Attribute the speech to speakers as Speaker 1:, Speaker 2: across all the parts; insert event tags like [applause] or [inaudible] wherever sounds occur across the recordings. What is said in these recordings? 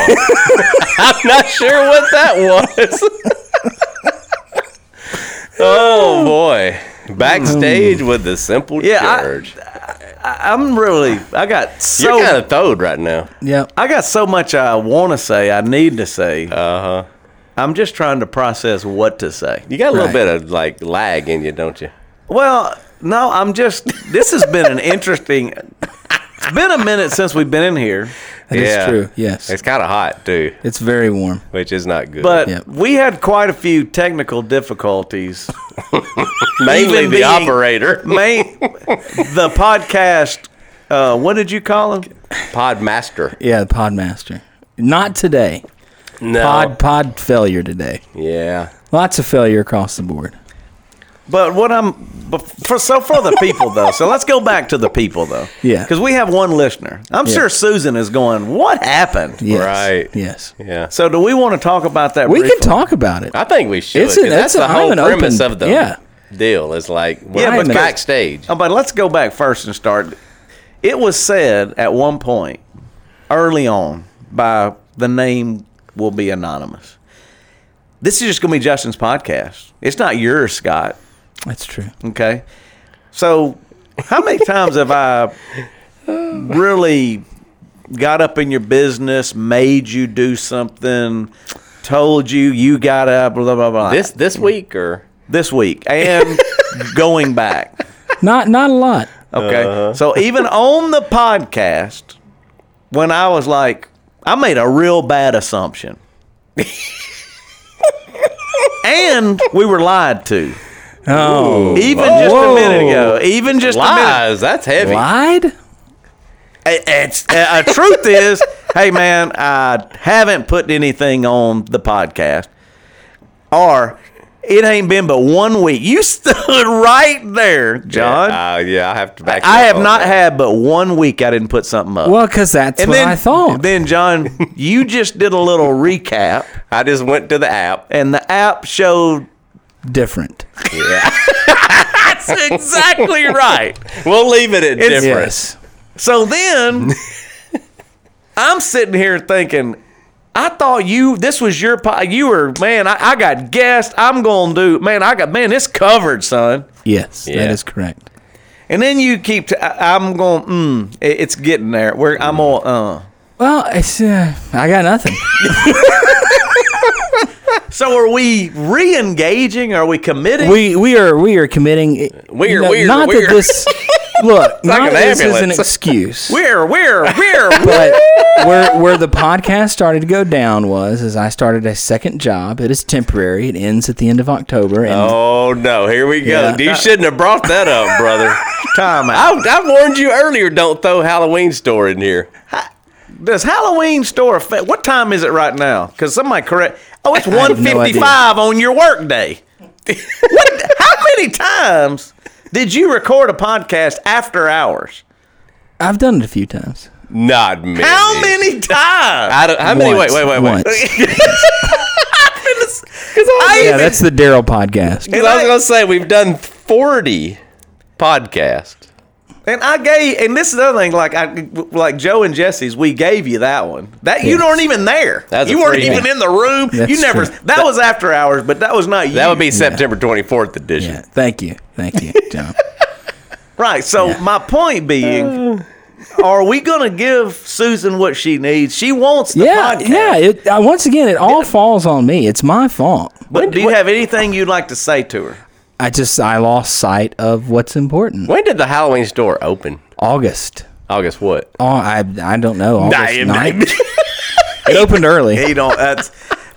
Speaker 1: I'm not sure what that was. [laughs] oh boy. Backstage with the simple
Speaker 2: Yeah, I-
Speaker 1: George.
Speaker 2: I, I'm really. I got so.
Speaker 1: You're kind of throwed right now.
Speaker 3: Yeah.
Speaker 2: I got so much I want to say. I need to say.
Speaker 1: Uh huh.
Speaker 2: I'm just trying to process what to say.
Speaker 1: You got a little
Speaker 3: Right.
Speaker 1: bit of like lag in you, don't you?
Speaker 2: Well, no, I'm just. This has been an interesting. It's been a minute since we've been in here,
Speaker 3: that is true. Yes.
Speaker 1: It's kind of hot too,
Speaker 3: It's very warm.
Speaker 1: which is not good.
Speaker 2: but
Speaker 3: Yep.
Speaker 2: we had quite a few technical difficulties.
Speaker 1: mainly the
Speaker 2: even being-
Speaker 1: operator,
Speaker 2: May the podcast. Uh, what did you call him?
Speaker 1: Podmaster.
Speaker 3: Yeah, the Podmaster. Not today.
Speaker 1: No.
Speaker 3: Pod pod failure today.
Speaker 1: Yeah.
Speaker 3: Lots of failure across the board.
Speaker 2: But what I'm but for so for the people though. So let's go back to the people though.
Speaker 3: Yeah.
Speaker 2: Because we have one listener. I'm
Speaker 3: Yeah.
Speaker 2: sure Susan is going. What happened?
Speaker 3: Yes.
Speaker 1: Right.
Speaker 3: Yes.
Speaker 1: Yeah.
Speaker 2: So do we want to talk about that?
Speaker 3: We
Speaker 2: briefly?
Speaker 3: can talk about it.
Speaker 1: I think we should.
Speaker 3: It's
Speaker 1: 'cause
Speaker 3: a-
Speaker 1: that's
Speaker 3: it's a-
Speaker 1: the
Speaker 3: I'm
Speaker 1: whole
Speaker 3: an
Speaker 1: premise
Speaker 3: open-
Speaker 1: of the
Speaker 3: yeah.
Speaker 1: deal. Is like we're
Speaker 2: Yeah,
Speaker 3: because-
Speaker 1: backstage.
Speaker 2: Oh, but let's go back first and start. It was said at one point early on by the name will be anonymous. This is just going to be Justin's podcast. It's not yours, Scott.
Speaker 3: That's true.
Speaker 2: Okay. So, how many times have I really got up in your business, made you do something, told you you got up, blah, blah, blah,
Speaker 1: This this week or
Speaker 2: this week
Speaker 1: [laughs]
Speaker 2: and going back?
Speaker 3: Not not a lot.
Speaker 2: Okay.
Speaker 1: Uh-huh.
Speaker 2: So even on the podcast, when I was like, I made a real
Speaker 1: [laughs]
Speaker 2: bad assumption. and we were lied to.
Speaker 3: Oh.
Speaker 2: Even just a
Speaker 3: Whoa.
Speaker 2: minute ago. Even just a minute.
Speaker 1: lies. That's heavy.
Speaker 3: Lied?
Speaker 2: It- It's uh, uh, truth is, hey man, I haven't put anything on the podcast. Or it ain't been but one week. You [laughs] stood right there, John.
Speaker 1: Yeah, uh, yeah, I have to back. you
Speaker 2: I
Speaker 1: up
Speaker 2: have
Speaker 1: on
Speaker 2: not
Speaker 1: that.
Speaker 2: had but one week I didn't put something up.
Speaker 3: Well, because that's what I thought.
Speaker 2: Then John, you just did a little recap,
Speaker 1: I just went to the
Speaker 2: [laughs]
Speaker 1: app.
Speaker 2: and the app showed
Speaker 1: [laughs]
Speaker 3: Different.
Speaker 2: that's exactly right.
Speaker 1: We'll leave it at
Speaker 2: It's-
Speaker 1: different.
Speaker 3: Yes.
Speaker 2: So [laughs] then, I'm sitting here thinking, I thought you this was your po- you were man. I, I got guessed. I'm gonna do man. I got man. It's covered, son.
Speaker 3: Yes.
Speaker 1: Yeah.
Speaker 3: That is correct.
Speaker 2: And then you keep. T- I, I'm going. Mm, it- it's getting there. Where I'm all. Uh.
Speaker 3: Well, it's, uh, I
Speaker 1: [laughs]
Speaker 3: got nothing.
Speaker 2: So are we re-engaging? Are we committing?
Speaker 3: we we are we are committing.
Speaker 1: We are-
Speaker 3: no,
Speaker 1: we are-
Speaker 3: Not
Speaker 1: we
Speaker 3: that
Speaker 1: are. [laughs]
Speaker 3: this. Look,
Speaker 1: like
Speaker 3: not
Speaker 1: an
Speaker 3: this is an
Speaker 1: ambulance. [laughs]
Speaker 3: excuse.
Speaker 2: we're we're we're
Speaker 3: but where where the podcast started to go down was is I started a second job. It is temporary. It ends at the end of October. And
Speaker 1: Oh no, here we go.
Speaker 3: Yeah.
Speaker 1: You shouldn't have brought that up, brother.
Speaker 2: [laughs] time out.
Speaker 1: I, I warned you earlier. Don't throw Halloween store in here.
Speaker 2: Does Halloween store affect? What time is it right now? Because somebody correct.
Speaker 1: [laughs]
Speaker 2: Oh, it's
Speaker 3: have no
Speaker 2: one fifty five on your work day. [laughs] what? How many times did you record a podcast after hours?
Speaker 3: I've done it a few times.
Speaker 1: Not me.
Speaker 2: How many times?
Speaker 1: I don't, how many? Wait,
Speaker 3: Once,
Speaker 1: wait, wait, wait.
Speaker 3: once.
Speaker 1: [laughs]
Speaker 2: I
Speaker 3: yeah,
Speaker 2: even-
Speaker 3: that's the Daryl podcast.
Speaker 1: Because I was gonna say we've done forty podcasts.
Speaker 2: and I gave. And this is the other thing. Like I, like Joe and Jesse's, we gave you that one. That you
Speaker 3: Yes.
Speaker 2: weren't even there.
Speaker 1: That's a
Speaker 2: you weren't
Speaker 1: freebie.
Speaker 2: even in the room.
Speaker 3: That's
Speaker 2: you never.
Speaker 3: true.
Speaker 2: That, was after hours, but that was not you.
Speaker 1: That would be September twenty fourth edition.
Speaker 3: Yeah, thank you,
Speaker 1: [laughs]
Speaker 3: thank you, John.
Speaker 2: Right. So my point being,
Speaker 3: Uh.
Speaker 2: are we going to give Susan what she needs? She wants the
Speaker 3: yeah,
Speaker 2: podcast.
Speaker 3: yeah. It, uh, once again, it all falls on me. It's my fault.
Speaker 2: But do you have anything you'd like to say to her?
Speaker 3: I just I lost sight of what's important.
Speaker 1: When did the Halloween store open?
Speaker 3: August.
Speaker 1: August what?
Speaker 3: Oh, I I don't know.
Speaker 1: I
Speaker 3: August
Speaker 1: am
Speaker 3: ninth. It opened early.
Speaker 2: He don't. That's.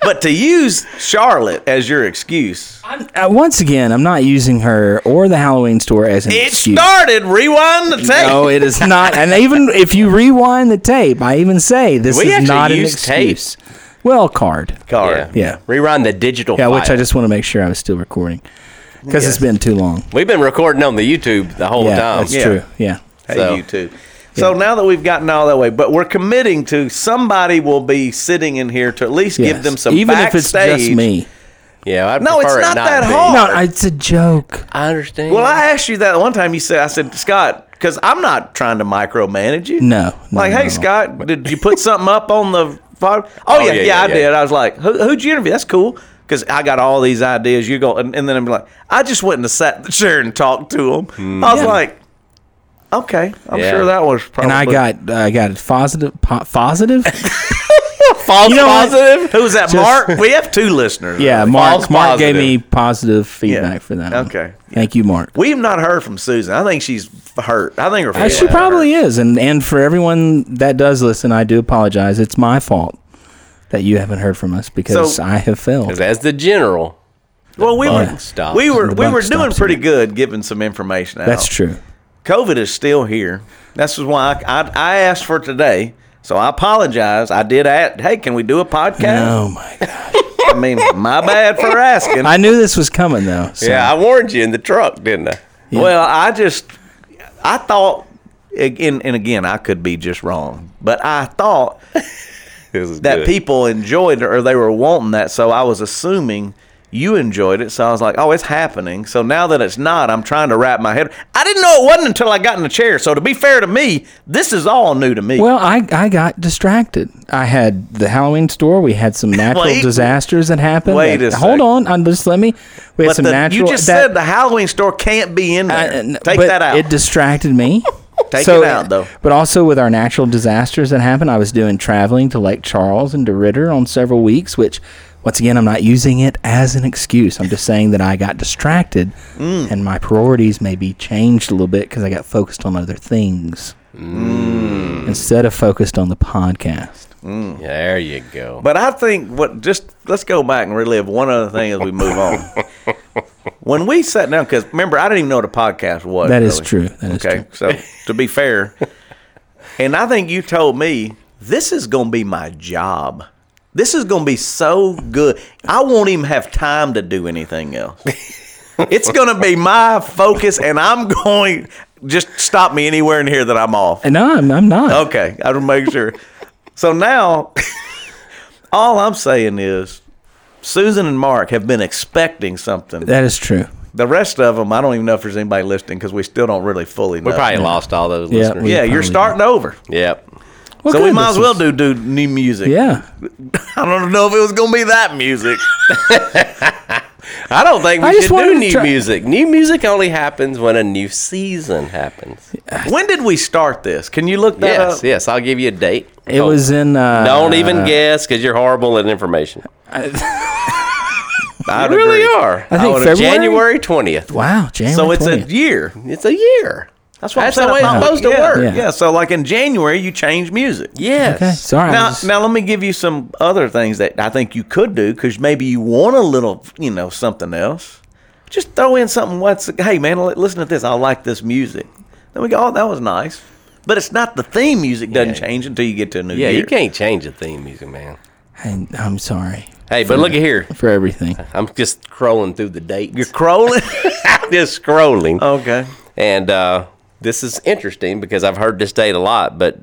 Speaker 2: But to use Charlotte as your excuse,
Speaker 3: Uh, once again, I'm not using her or the Halloween store as an
Speaker 2: it
Speaker 3: excuse.
Speaker 2: started. Rewind the tape. [laughs]
Speaker 3: No, it is not. And even if you rewind the tape, I even say this
Speaker 1: We
Speaker 3: is
Speaker 1: actually
Speaker 3: not an
Speaker 1: use
Speaker 3: excuse. Well, card.
Speaker 2: Card.
Speaker 3: Yeah.
Speaker 1: Rerun the digital.
Speaker 3: Yeah, which I
Speaker 1: file.
Speaker 3: just want to make sure I was still recording because it's been too long.
Speaker 1: We've been recording on the YouTube the whole
Speaker 3: yeah,
Speaker 1: time.
Speaker 3: that's
Speaker 2: Yeah.
Speaker 3: true. Yeah.
Speaker 2: Hey,
Speaker 1: So-
Speaker 2: you too. So now that we've gotten all that way, but we're committing to somebody will be sitting in here to at least give
Speaker 3: Yes.
Speaker 2: them some
Speaker 3: even if it's
Speaker 2: backstage. Oh.
Speaker 3: just me.
Speaker 1: Yeah, I
Speaker 2: No, it's
Speaker 1: prefer it
Speaker 2: not that
Speaker 1: be.
Speaker 2: hard.
Speaker 3: No, it's a joke.
Speaker 1: I understand.
Speaker 2: Well, I asked you that one time. You said, I said, Scott, because I'm not trying to micromanage you.
Speaker 3: No, no,
Speaker 2: Like, hey,
Speaker 3: not at all.
Speaker 2: Scott, did you put something up on the pod? Oh, yeah, yeah, I did. I was like, Who, who'd you interview? That's cool. Because I got all these ideas. You go, and, and then I'm like, I just went and sat in the chair and talked to them.
Speaker 3: Hmm.
Speaker 2: I was like, okay, I'm
Speaker 1: Yeah.
Speaker 2: sure that was probably.
Speaker 3: And I got I got positive po- positive.
Speaker 1: False
Speaker 3: You know
Speaker 1: [laughs]
Speaker 3: what?
Speaker 1: positive.
Speaker 2: Who's that,
Speaker 3: just-
Speaker 2: Mark? We have two listeners. [laughs]
Speaker 3: Yeah, Mark.
Speaker 1: False
Speaker 3: Mark gave me
Speaker 1: positive.
Speaker 3: positive feedback
Speaker 2: Yeah.
Speaker 3: for that. one.
Speaker 2: Okay.
Speaker 3: Thank you, Mark.
Speaker 2: We have not heard from Susan. I think she's hurt. I think her.
Speaker 3: Uh, she
Speaker 2: feelings are
Speaker 3: probably is, and and for everyone that does listen, I do apologize. It's my fault that you haven't heard from us because
Speaker 2: So-
Speaker 3: I have failed.
Speaker 1: 'Cause as the general,
Speaker 2: Well, we
Speaker 1: buck
Speaker 2: were
Speaker 1: stops.
Speaker 2: we were
Speaker 3: The
Speaker 2: we
Speaker 3: buck
Speaker 2: were doing
Speaker 3: stops
Speaker 2: pretty good giving some information out.
Speaker 3: That's true.
Speaker 2: COVID is still here. That's why I, I, I asked for today. So I apologize. I did ask, hey, can we do a podcast?
Speaker 3: Oh my god!
Speaker 2: I mean, my bad for asking.
Speaker 3: [laughs] I knew this was coming though. so-
Speaker 1: yeah, I warned you in the truck, didn't I?
Speaker 2: Well, I just I thought and, and again, I could be just wrong, but I thought
Speaker 1: This is
Speaker 2: that
Speaker 1: good.
Speaker 2: people enjoyed it or they were wanting that. So I was assuming you enjoyed it. So I was like, oh, it's happening. So now that it's not, I'm trying to wrap my head. I didn't know it wasn't until I got in the chair. So to be fair to me, this is all new to me.
Speaker 3: Well, I, I got distracted. I had the Halloween store. We had some natural
Speaker 2: Wait.
Speaker 3: disasters that happened.
Speaker 2: Wait
Speaker 3: That-
Speaker 2: a
Speaker 3: hold
Speaker 2: sec.
Speaker 3: on. I'm just let me. We had
Speaker 2: but
Speaker 3: some
Speaker 2: the, you
Speaker 3: natural.
Speaker 2: just
Speaker 3: that-
Speaker 2: said the Halloween store can't be in
Speaker 3: I-
Speaker 2: there.
Speaker 3: n-
Speaker 2: Take
Speaker 3: but
Speaker 2: that out.
Speaker 3: It distracted me.
Speaker 2: [laughs] Take it out, though.
Speaker 3: But also with our natural disasters that happened, I was doing traveling to Lake Charles and to Ritter on several weeks, which, once again, I'm not using it as an excuse. I'm just saying that I got distracted
Speaker 2: Mm.
Speaker 3: and my priorities maybe changed a little bit because I got focused on other things
Speaker 2: Mm.
Speaker 3: instead of focused on the podcast.
Speaker 1: there you go.
Speaker 2: [laughs] But I think what just let's go back and relive one other thing as we move on. when we sat down, because remember, I didn't even know what a podcast was.
Speaker 3: That
Speaker 2: That
Speaker 3: is
Speaker 2: is
Speaker 3: true. That is
Speaker 2: okay, so to be fair, and I think you told me this is going to be my job. This is going to be so good. I won't even have time to do anything else. It's going to be my focus, and I'm going. Just stop me anywhere in here that I'm off.
Speaker 3: And no, I'm, I'm not.
Speaker 2: Okay, I will make sure. So now, [laughs] all I'm saying is, Susan and Mark have been expecting something.
Speaker 3: That is true.
Speaker 2: The rest of them, I don't even know if there's anybody listening because we still don't really fully know.
Speaker 1: We probably lost all those
Speaker 3: Yeah,
Speaker 1: listeners.
Speaker 3: we-
Speaker 2: yeah, you're
Speaker 3: probably
Speaker 2: starting over.
Speaker 1: Yep.
Speaker 3: Well,
Speaker 2: so we
Speaker 3: good,
Speaker 2: might
Speaker 3: this
Speaker 2: as well
Speaker 3: is-
Speaker 2: do do new music.
Speaker 3: Yeah.
Speaker 2: [laughs] I don't know if it was gonna be
Speaker 1: [laughs]
Speaker 2: that music.
Speaker 1: I don't think we
Speaker 3: I just
Speaker 1: should
Speaker 3: wanted
Speaker 1: do
Speaker 3: to
Speaker 1: new
Speaker 3: try-
Speaker 1: music. New music only happens when a new season happens.
Speaker 2: when did we start this? Can you look that
Speaker 1: Yes,
Speaker 2: up?
Speaker 1: yes. I'll give you a date.
Speaker 3: It
Speaker 1: Oh,
Speaker 3: was in. Uh,
Speaker 1: Don't even guess because you're horrible at information.
Speaker 2: I
Speaker 1: You really are.
Speaker 3: I think
Speaker 1: would-
Speaker 3: February?
Speaker 1: January twentieth.
Speaker 3: [laughs] Wow, January.
Speaker 2: So it's
Speaker 3: 20th.
Speaker 2: a year.
Speaker 1: It's a year.
Speaker 2: That's what
Speaker 1: That's
Speaker 2: I'm
Speaker 1: the
Speaker 2: saying.
Speaker 1: way it's
Speaker 2: about-
Speaker 1: supposed to
Speaker 2: yeah,
Speaker 1: work.
Speaker 2: Yeah. So like in January, you change music.
Speaker 1: Yes.
Speaker 3: Okay, sorry. I
Speaker 2: Now,
Speaker 3: was-
Speaker 2: now let me give you some other things that I think you could do because maybe you want a little, you know, something else. Just throw in something. What's hey man, li- listen to this. I like this music. Then we go, oh, that was nice. But it's not the theme music doesn't
Speaker 1: Yeah.
Speaker 2: change until you get to a new
Speaker 1: Yeah,
Speaker 2: year.
Speaker 1: you can't change the theme music, man.
Speaker 3: I, I'm sorry
Speaker 1: Hey, but look at here.
Speaker 3: for everything.
Speaker 1: I'm just scrolling through the dates.
Speaker 2: You're Oh. crawling.
Speaker 1: [laughs] I'm just scrolling.
Speaker 2: okay.
Speaker 1: And uh, this is interesting because I've heard this date a lot, but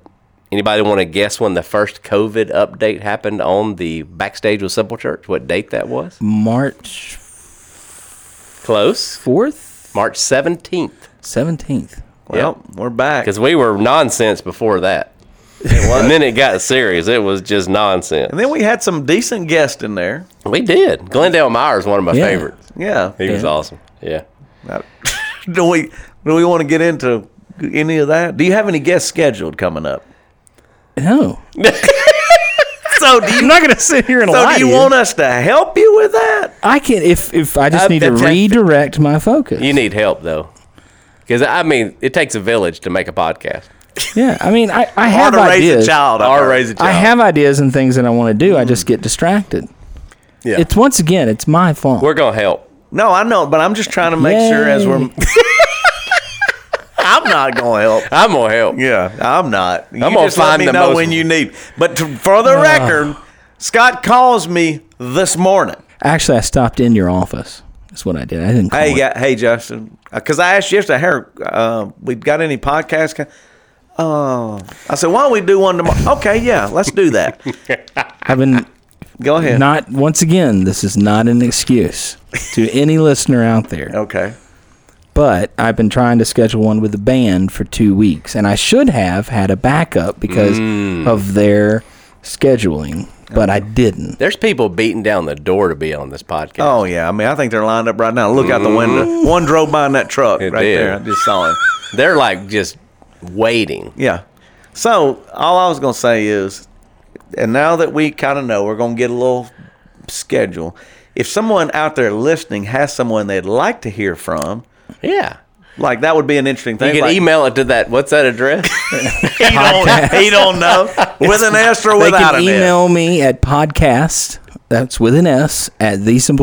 Speaker 1: anybody want to guess when the first COVID update happened on the Backstage with Simple Church? What date that was?
Speaker 3: March
Speaker 1: Close.
Speaker 3: 4th,
Speaker 1: March 17th.
Speaker 3: 17th.
Speaker 2: Well, we're back.
Speaker 1: Because we were nonsense before that. [laughs] And then it got serious. It was just nonsense.
Speaker 2: And then we had some decent guests in there.
Speaker 1: We did. Glendale Myers, one of my
Speaker 3: Yeah.
Speaker 1: favorites.
Speaker 2: Yeah.
Speaker 1: He was
Speaker 3: Yeah.
Speaker 1: awesome. Yeah.
Speaker 2: [laughs] do we do we want to get into any of that? Do you have any guests scheduled coming up?
Speaker 3: No.
Speaker 2: So do you,
Speaker 3: I'm not going to sit here
Speaker 1: Oh,
Speaker 3: and
Speaker 2: so
Speaker 3: lie.
Speaker 2: do you want us to help you with that?
Speaker 3: I can if if I just
Speaker 1: Uh,
Speaker 3: need to
Speaker 1: that's-
Speaker 3: redirect my focus.
Speaker 1: You need help, though. Because, I mean, it takes a village to make a podcast
Speaker 3: yeah, I mean, I, I
Speaker 2: Or
Speaker 3: have
Speaker 2: to raise
Speaker 3: ideas.
Speaker 2: a child. Mm. I've
Speaker 1: or
Speaker 2: heard.
Speaker 1: raise a child.
Speaker 3: I have ideas and things that I want to do. I just get distracted.
Speaker 1: Yeah.
Speaker 3: It's once again, it's my fault.
Speaker 1: We're going to help.
Speaker 2: No, I know, but I'm just trying to make sure as we're.
Speaker 3: Yay.
Speaker 2: I'm not gonna help.
Speaker 1: I'm going to help.
Speaker 2: Yeah, I'm not. You
Speaker 1: gonna
Speaker 2: just let
Speaker 1: find
Speaker 2: me
Speaker 1: the
Speaker 2: know
Speaker 1: most-
Speaker 2: when you need. But to, for
Speaker 3: Ah.
Speaker 2: the record, Scott calls me this morning.
Speaker 3: Actually, I stopped in your office. That's what I did. I didn't. Call
Speaker 2: Hey,
Speaker 3: it.
Speaker 2: yeah, hey, Justin, because I asked you yesterday, "Hey, uh, we got any podcasts?" co- Oh, I said, "Why don't we do one tomorrow?" okay, yeah, let's do
Speaker 3: [laughs]
Speaker 2: that.
Speaker 3: I've been
Speaker 2: Go ahead.
Speaker 3: not. Once again, this is not an excuse to any listener
Speaker 2: [laughs]
Speaker 3: out there.
Speaker 2: Okay.
Speaker 3: but I've been trying to schedule one with the
Speaker 2: Mm.
Speaker 3: band for two weeks, and I should have had a backup because of their scheduling, but I didn't.
Speaker 1: There's people beating down the door to be on this podcast.
Speaker 2: Oh yeah, I mean I think they're lined up right now. Look out the window. One drove by in that truck
Speaker 1: Mm-hmm. It
Speaker 2: right
Speaker 1: did.
Speaker 2: there. I just saw him.
Speaker 1: They're like just waiting.
Speaker 2: Yeah. So all I was gonna say is, and now that we kind of know, we're gonna get a little schedule. If someone out there listening has someone they'd like to hear from,
Speaker 1: Yeah.
Speaker 2: like that would be an interesting
Speaker 1: You
Speaker 2: thing.
Speaker 1: can
Speaker 2: like,
Speaker 1: email it to that. What's that address? [laughs]
Speaker 2: He don't, [laughs] he don't know with an S or
Speaker 3: They
Speaker 2: without
Speaker 3: can
Speaker 2: an S.
Speaker 3: email me at podcast, that's with an S, at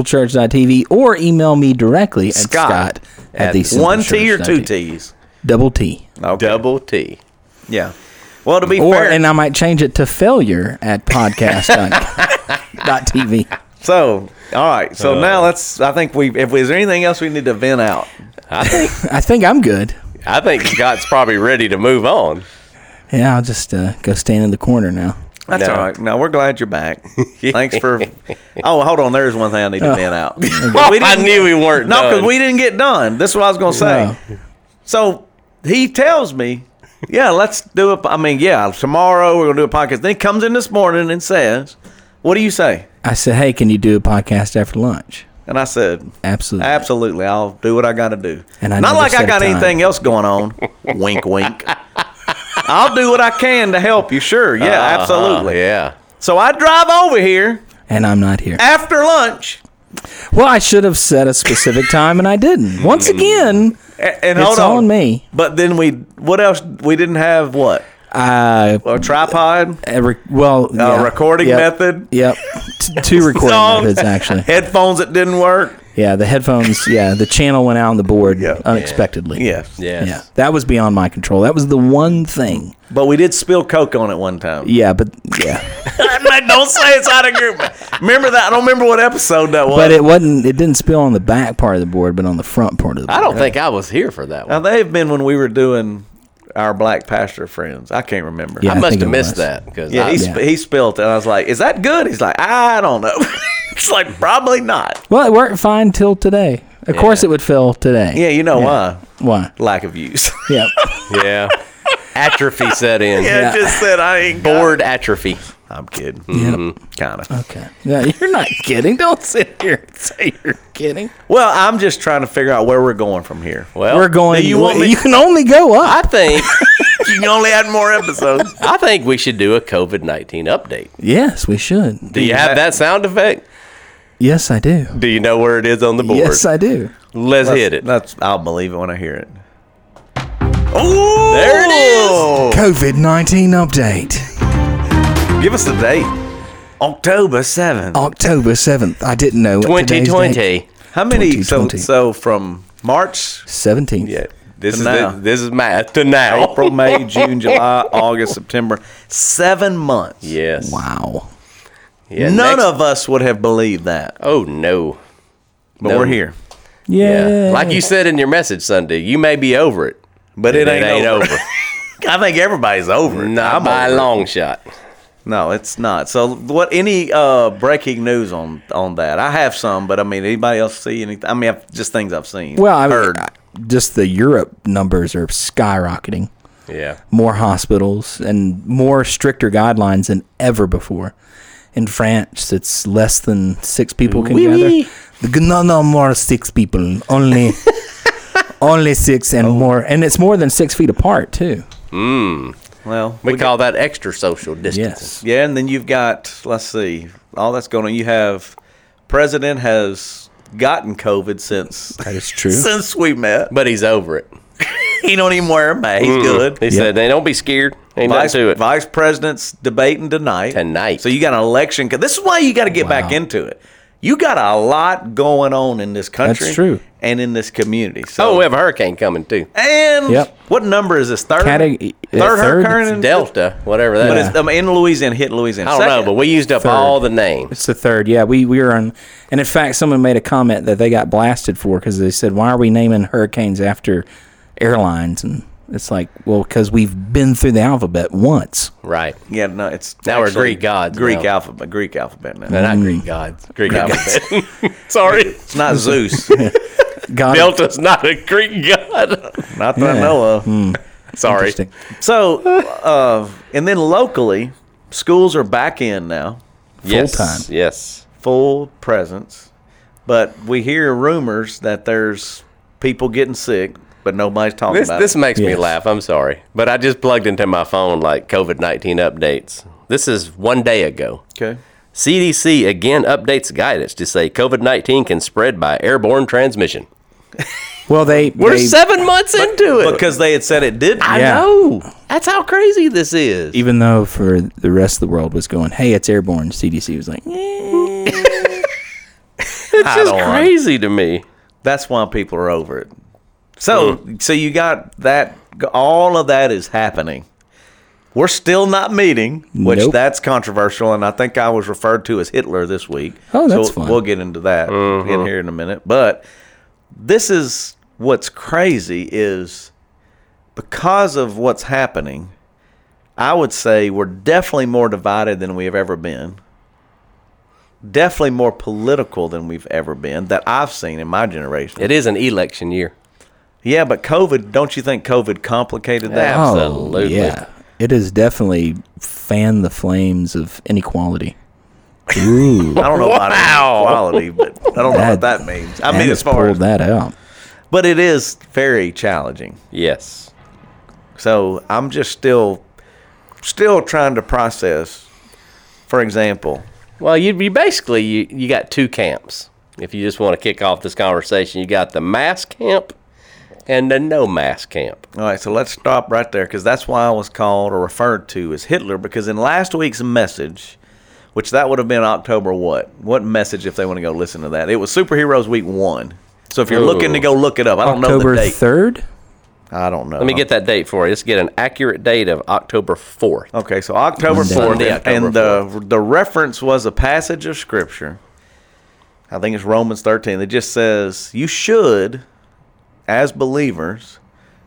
Speaker 3: thesimplechurch.tv or email me directly at
Speaker 2: Scott
Speaker 3: Scott,
Speaker 1: at
Speaker 3: at thesimplechurch.tv.
Speaker 2: One T or two T's.
Speaker 3: Double T.
Speaker 2: Okay.
Speaker 1: Double T.
Speaker 2: Yeah. Well, to be
Speaker 3: Or,
Speaker 2: fair,
Speaker 3: and I might change it to failure at podcast dot-
Speaker 2: [laughs]
Speaker 3: dot TV.
Speaker 2: so all right. So now let's. I think we. If is there anything else we need to vent out?
Speaker 1: I think
Speaker 3: I think I'm good.
Speaker 1: I think Scott's probably ready to move on.
Speaker 3: Yeah, I'll just uh, go stand in the corner now.
Speaker 2: That's
Speaker 1: No.
Speaker 2: all right. No, we're glad you're back. Thanks for. Oh, hold on. There's one thing I need to vent out.
Speaker 1: [laughs]
Speaker 2: we
Speaker 1: I
Speaker 2: didn't,
Speaker 1: knew we weren't.
Speaker 2: no, because
Speaker 1: done.
Speaker 2: we didn't get done. This is what I was gonna say. So he tells me, "Yeah, let's do it." I mean, yeah, tomorrow we're gonna do a podcast. Then he comes in this morning and says, "What do you say?"
Speaker 3: I said, hey, can you do a podcast after lunch?
Speaker 2: And I said,
Speaker 3: Absolutely.
Speaker 2: "Absolutely, I'll do what I got to do."
Speaker 3: And I
Speaker 2: Not
Speaker 3: never
Speaker 2: like I
Speaker 3: set a
Speaker 2: got
Speaker 3: time.
Speaker 2: anything else going
Speaker 3: [laughs]
Speaker 2: on. wink, wink. I'll do what I can to help you. Sure, yeah,
Speaker 1: Uh-huh,
Speaker 2: absolutely.
Speaker 1: Yeah.
Speaker 2: So I drive over here
Speaker 3: and I'm not here.
Speaker 2: after lunch.
Speaker 3: Well, I should have set
Speaker 2: [laughs]
Speaker 3: a specific time, and I didn't. Once again,
Speaker 2: A- Mm. And
Speaker 3: It's
Speaker 2: hold on.
Speaker 3: on me.
Speaker 2: But then we, what else? We didn't have what?
Speaker 3: uh,
Speaker 2: A tripod,
Speaker 3: a rec- well,
Speaker 2: a
Speaker 3: yeah.
Speaker 2: recording
Speaker 3: Yep.
Speaker 2: method,
Speaker 3: Yep,
Speaker 2: [laughs]
Speaker 3: T- two recording
Speaker 2: Song.
Speaker 3: methods actually.
Speaker 2: [laughs] headphones that didn't work.
Speaker 3: Yeah, the headphones. Yeah, the channel went out on the board
Speaker 2: Yeah.
Speaker 3: unexpectedly.
Speaker 2: Yes.
Speaker 1: Yes.
Speaker 3: Yeah, that was beyond my control. That was the one thing.
Speaker 2: But we did spill Coke on it one time.
Speaker 3: Yeah, but yeah,
Speaker 2: Man, [laughs] don't say it's out of group. Remember that? I don't remember what episode that was.
Speaker 3: but it wasn't. It didn't spill on the back part of the board, but on the front part of the.
Speaker 1: I
Speaker 3: board.
Speaker 1: don't think I was here for that
Speaker 2: now,
Speaker 1: one.
Speaker 2: they've been when we were doing our Black Pastor Friends. I can't remember.
Speaker 3: Yeah.
Speaker 1: I
Speaker 3: I
Speaker 1: must
Speaker 3: think
Speaker 1: have
Speaker 3: it
Speaker 1: missed
Speaker 3: was.
Speaker 1: that because
Speaker 2: Yeah,
Speaker 1: I,
Speaker 2: he, sp- he spilled it. And I was like, is that good? He's like, I don't know. [laughs] it's like, probably not.
Speaker 3: Well, it worked fine till today. Of course, it would fill today.
Speaker 2: Yeah, you know why?
Speaker 3: Why?
Speaker 2: Lack of use. [laughs]
Speaker 3: Yeah.
Speaker 1: yeah. Atrophy set in.
Speaker 2: yeah, it
Speaker 3: Yeah.
Speaker 2: just said I ain't got
Speaker 1: Board atrophy.
Speaker 2: I'm kidding.
Speaker 1: Mm-hmm.
Speaker 2: Kind of.
Speaker 3: okay. Yeah, you're not kidding. Don't sit here and say you're kidding.
Speaker 2: Well, I'm just trying to figure out where we're going from here.
Speaker 1: Well,
Speaker 3: We're going.
Speaker 2: do you
Speaker 3: You,
Speaker 2: want me-
Speaker 3: can only go
Speaker 1: I
Speaker 3: up.
Speaker 1: think
Speaker 2: you can only add more episodes.
Speaker 1: I think we should do a COVID nineteen update.
Speaker 3: yes, we should.
Speaker 1: Do you have that sound effect?
Speaker 3: Yes, I do.
Speaker 1: Do you know where it is on the board?
Speaker 3: Yes, I do.
Speaker 1: Let's, [laughs] hit it.
Speaker 2: That's I'll believe it when I hear it. Oh,
Speaker 1: There it
Speaker 3: COVID 19 update.
Speaker 2: is. Give us the date. October 7th.
Speaker 3: October 7th. I didn't know. what
Speaker 1: Twenty
Speaker 3: today's date-
Speaker 1: twenty.
Speaker 2: How many? So,
Speaker 3: 2020.
Speaker 2: so from March,
Speaker 1: [laughs]
Speaker 3: 17th.
Speaker 1: Yeah. This
Speaker 2: To
Speaker 1: is
Speaker 2: now.
Speaker 1: the, this is math to now.
Speaker 2: April, May, June, July, August, September. Seven months.
Speaker 1: Yes.
Speaker 3: Wow.
Speaker 1: Yeah,
Speaker 2: None
Speaker 1: next-
Speaker 2: of us would have believed that.
Speaker 1: Oh no.
Speaker 2: But
Speaker 1: No.
Speaker 2: we're here.
Speaker 3: Yeah.
Speaker 1: Yeah. Like you said in your message Sunday, you may be over it,
Speaker 2: But it, ain't, over. [laughs] I think everybody's over. it.
Speaker 1: Not
Speaker 2: I'm
Speaker 1: by
Speaker 2: over
Speaker 1: a
Speaker 2: it.
Speaker 1: long shot.
Speaker 2: No, it's not. So, what? Any uh, breaking news on on that? I have some, but I mean, anybody else see anything? I mean, I've, just things I've seen.
Speaker 3: Well, I mean,
Speaker 2: heard.
Speaker 3: I- just the Europe numbers are skyrocketing.
Speaker 1: Yeah.
Speaker 3: More hospitals and more stricter guidelines than ever before. In France, it's less than six people can
Speaker 1: Oui,
Speaker 3: gather.
Speaker 1: oui.
Speaker 3: The- No, no more six people. [laughs] Only, only six and more. And it's more than six feet apart too.
Speaker 2: well,
Speaker 1: We, call that extra social distancing.
Speaker 3: Yes.
Speaker 2: yeah, and then you've got. Let's see, all that's going on. You have president has gotten COVID since
Speaker 3: That is true.
Speaker 2: since we met.
Speaker 1: But he's over it.
Speaker 2: He don't even wear a mask. He's good.
Speaker 1: He said, "They don't be scared. Ain't
Speaker 2: Vice,
Speaker 1: nothing to it."
Speaker 2: vice president's debating tonight.
Speaker 1: Tonight.
Speaker 2: So you got an election. co- This is why you got to get back
Speaker 3: Wow.
Speaker 2: into it. You got a lot going on in this country.
Speaker 3: true.
Speaker 2: And in this community. So,
Speaker 1: Oh, we have a hurricane coming too.
Speaker 2: And
Speaker 3: Yep.
Speaker 2: what number is this? Third?
Speaker 3: Cate- uh,
Speaker 2: third,
Speaker 3: third?
Speaker 2: hurricane?
Speaker 1: Delta, whatever that
Speaker 2: But
Speaker 1: is.
Speaker 2: it's, um, in Louisiana, hit Louisiana.
Speaker 1: I don't know,
Speaker 2: Second.
Speaker 1: but we used up
Speaker 3: Third.
Speaker 1: all the names.
Speaker 3: It's the third. Yeah, we we were on, and in fact, someone made a comment that they got blasted for because they said, "Why are we naming hurricanes after airlines?" And it's like, well, because we've been through the alphabet once.
Speaker 1: Right.
Speaker 2: yeah, no, it's
Speaker 1: Now we're
Speaker 2: actually
Speaker 1: Greek gods
Speaker 2: Greek
Speaker 1: now.
Speaker 2: alphabet, Greek alphabet now.
Speaker 1: They're not Greek gods. Greek alphabet. [laughs] Sorry. [laughs]
Speaker 2: It's not Zeus,
Speaker 3: God,
Speaker 1: Delta's not a Greek god.
Speaker 2: not that I
Speaker 3: Yeah.
Speaker 2: know of.
Speaker 1: Sorry.
Speaker 3: interesting.
Speaker 2: So, uh, and then locally, schools are back in now,
Speaker 1: yes,
Speaker 3: time.
Speaker 1: Yes.
Speaker 2: full presence, but we hear rumors that there's people getting sick, but nobody's talking
Speaker 1: This
Speaker 2: about
Speaker 1: this
Speaker 2: it.
Speaker 1: makes me
Speaker 3: Yes.
Speaker 1: laugh. I'm sorry, but I just plugged into my phone like COVID nineteen updates. This is one day ago.
Speaker 2: Okay.
Speaker 1: CDC again updates guidance to say COVID nineteen can spread by airborne transmission.
Speaker 3: Well, they
Speaker 1: We're
Speaker 3: they-
Speaker 1: seven months into it.
Speaker 2: Because they had said it didn't.
Speaker 1: I
Speaker 3: Yeah.
Speaker 1: know. That's how crazy this is.
Speaker 3: even though for the rest of the world was going, hey, it's airborne. CDC was like,
Speaker 1: It's just
Speaker 2: don't know.
Speaker 1: crazy to me.
Speaker 2: That's why people are over it. So,
Speaker 3: Hmm.
Speaker 2: so you got that. All of that is happening. We're still not meeting, which
Speaker 3: Nope.
Speaker 2: that's controversial, and I think I was referred to as Hitler this week.
Speaker 3: Oh, that's
Speaker 2: so
Speaker 3: fun. Mm-hmm.
Speaker 2: We'll get into that in here in a minute. But this is what's crazy is because of what's happening. I would say we're definitely more divided than we have ever been. Definitely more political than we've ever been that I've seen in my generation.
Speaker 1: It is an election year.
Speaker 2: Yeah, but COVID, don't you think COVID complicated that?
Speaker 1: Yeah.
Speaker 3: oh,
Speaker 1: Absolutely.
Speaker 3: yeah. It has definitely fanned the flames of inequality. Ooh,
Speaker 2: I don't know about inequality, but I don't know what
Speaker 3: That-
Speaker 2: that means. [laughs] I
Speaker 3: that
Speaker 2: mean,
Speaker 3: has
Speaker 2: as far
Speaker 3: pulled
Speaker 2: as,
Speaker 3: that out.
Speaker 2: but it is very challenging.
Speaker 1: Yes.
Speaker 2: So I'm just still, still trying to process. For example,
Speaker 1: Well, you, you basically you, you got two camps. If you just want to kick off this conversation, you got the mask camp and the no mask camp.
Speaker 2: All right, so let's stop right there because that's why I was called or referred to as Hitler because in last week's message, which that would have been October what? What message if they want to go listen to that? It was Superheroes Week 1. So if you're looking to go look it up, I don't
Speaker 3: October
Speaker 2: know the date.
Speaker 3: 3rd?
Speaker 2: I don't know.
Speaker 1: Let me get that date for you. Let's get an accurate date of October fourth.
Speaker 2: Okay, so October
Speaker 3: Monday.
Speaker 2: 4th
Speaker 1: Monday,
Speaker 2: and
Speaker 1: October
Speaker 2: the the reference was a passage of scripture. I think it's Romans 13. It just says you should as believers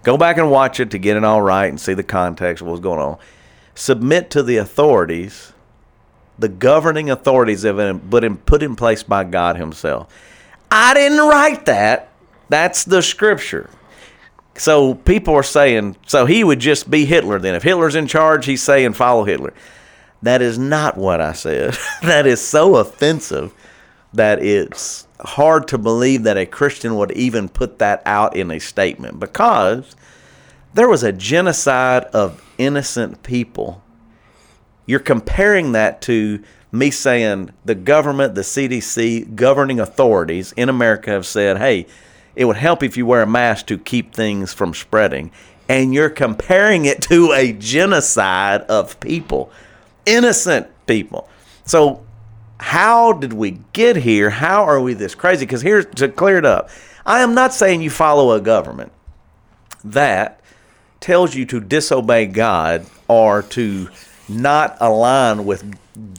Speaker 2: go back and watch it to get it all right and see the context of what's going on. Submit to the authorities, the governing authorities have been put in, put in place by God himself. I didn't write that. That's the scripture. So people are saying, so he would just be Hitler then. If Hitler's in charge, he's saying follow Hitler. That is not what I said. [laughs] that is so offensive that it's hard to believe that a Christian would even put that out in a statement because there was a genocide of innocent people. You're comparing that to me saying the government, the CDC, governing authorities in America have said, hey, it would help if you wear a mask to keep things from spreading. And you're comparing it to a genocide of people, innocent people. So, how did we get here? How are we this crazy? Because here's to clear it up I am not saying you follow a government that tells you to disobey God or to not align with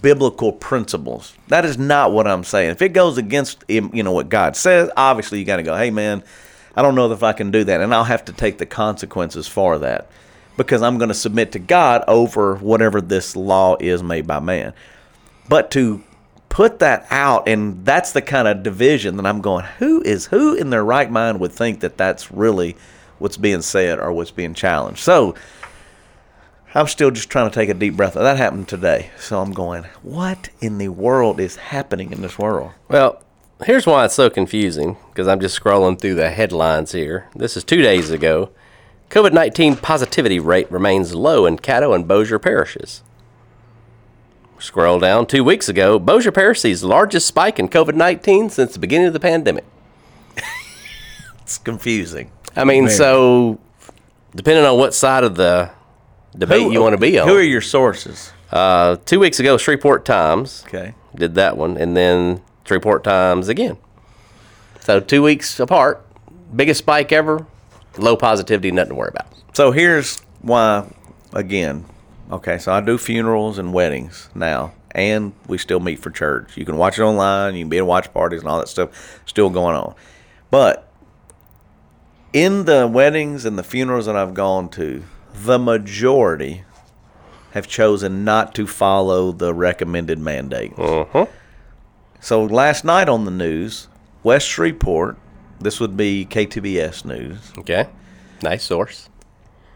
Speaker 2: biblical principles. That is not what I'm saying. If it goes against um, you know what God says, obviously you got to go, "Hey man, I don't know if I can do that and I'll have to take the consequences for that because I'm going to submit to God over whatever this law is made by man." But to put that out, and that's the kind of division that I'm going, who is who in their right mind would think that that's really what's being said or what's being challenged? So I'm still just trying to take a deep breath. That happened today. So I'm going, what in the world is happening in this world?
Speaker 1: Well, here's why it's so confusing because I'm just scrolling through the headlines here. This is two days ago. COVID 19 positivity rate remains low in Caddo and Bossier parishes. Scroll down. Two weeks ago, Bossier Parish sees largest spike in COVID 19 since the beginning of the pandemic.
Speaker 2: It's confusing.
Speaker 1: I mean,
Speaker 3: Very.
Speaker 1: so depending on what side of the debate you want to be
Speaker 2: Who are
Speaker 1: on.
Speaker 2: your sources?
Speaker 1: Uh, two weeks ago, Shreveport Times
Speaker 2: Okay.
Speaker 1: did that one, and then Shreveport Times again. So two weeks apart, biggest spike ever, low positivity, nothing to worry about.
Speaker 2: So here's why, again, okay, so I do funerals and weddings now, and we still meet for church. You can watch it online, you can be at watch parties and all that stuff, still going on. But in the weddings and the funerals that I've gone to, the majority have chosen not to follow the recommended mandate.
Speaker 1: Uh-huh.
Speaker 2: So last night on the news, West Shreveport, this would be KTBS News,
Speaker 1: Okay, nice source.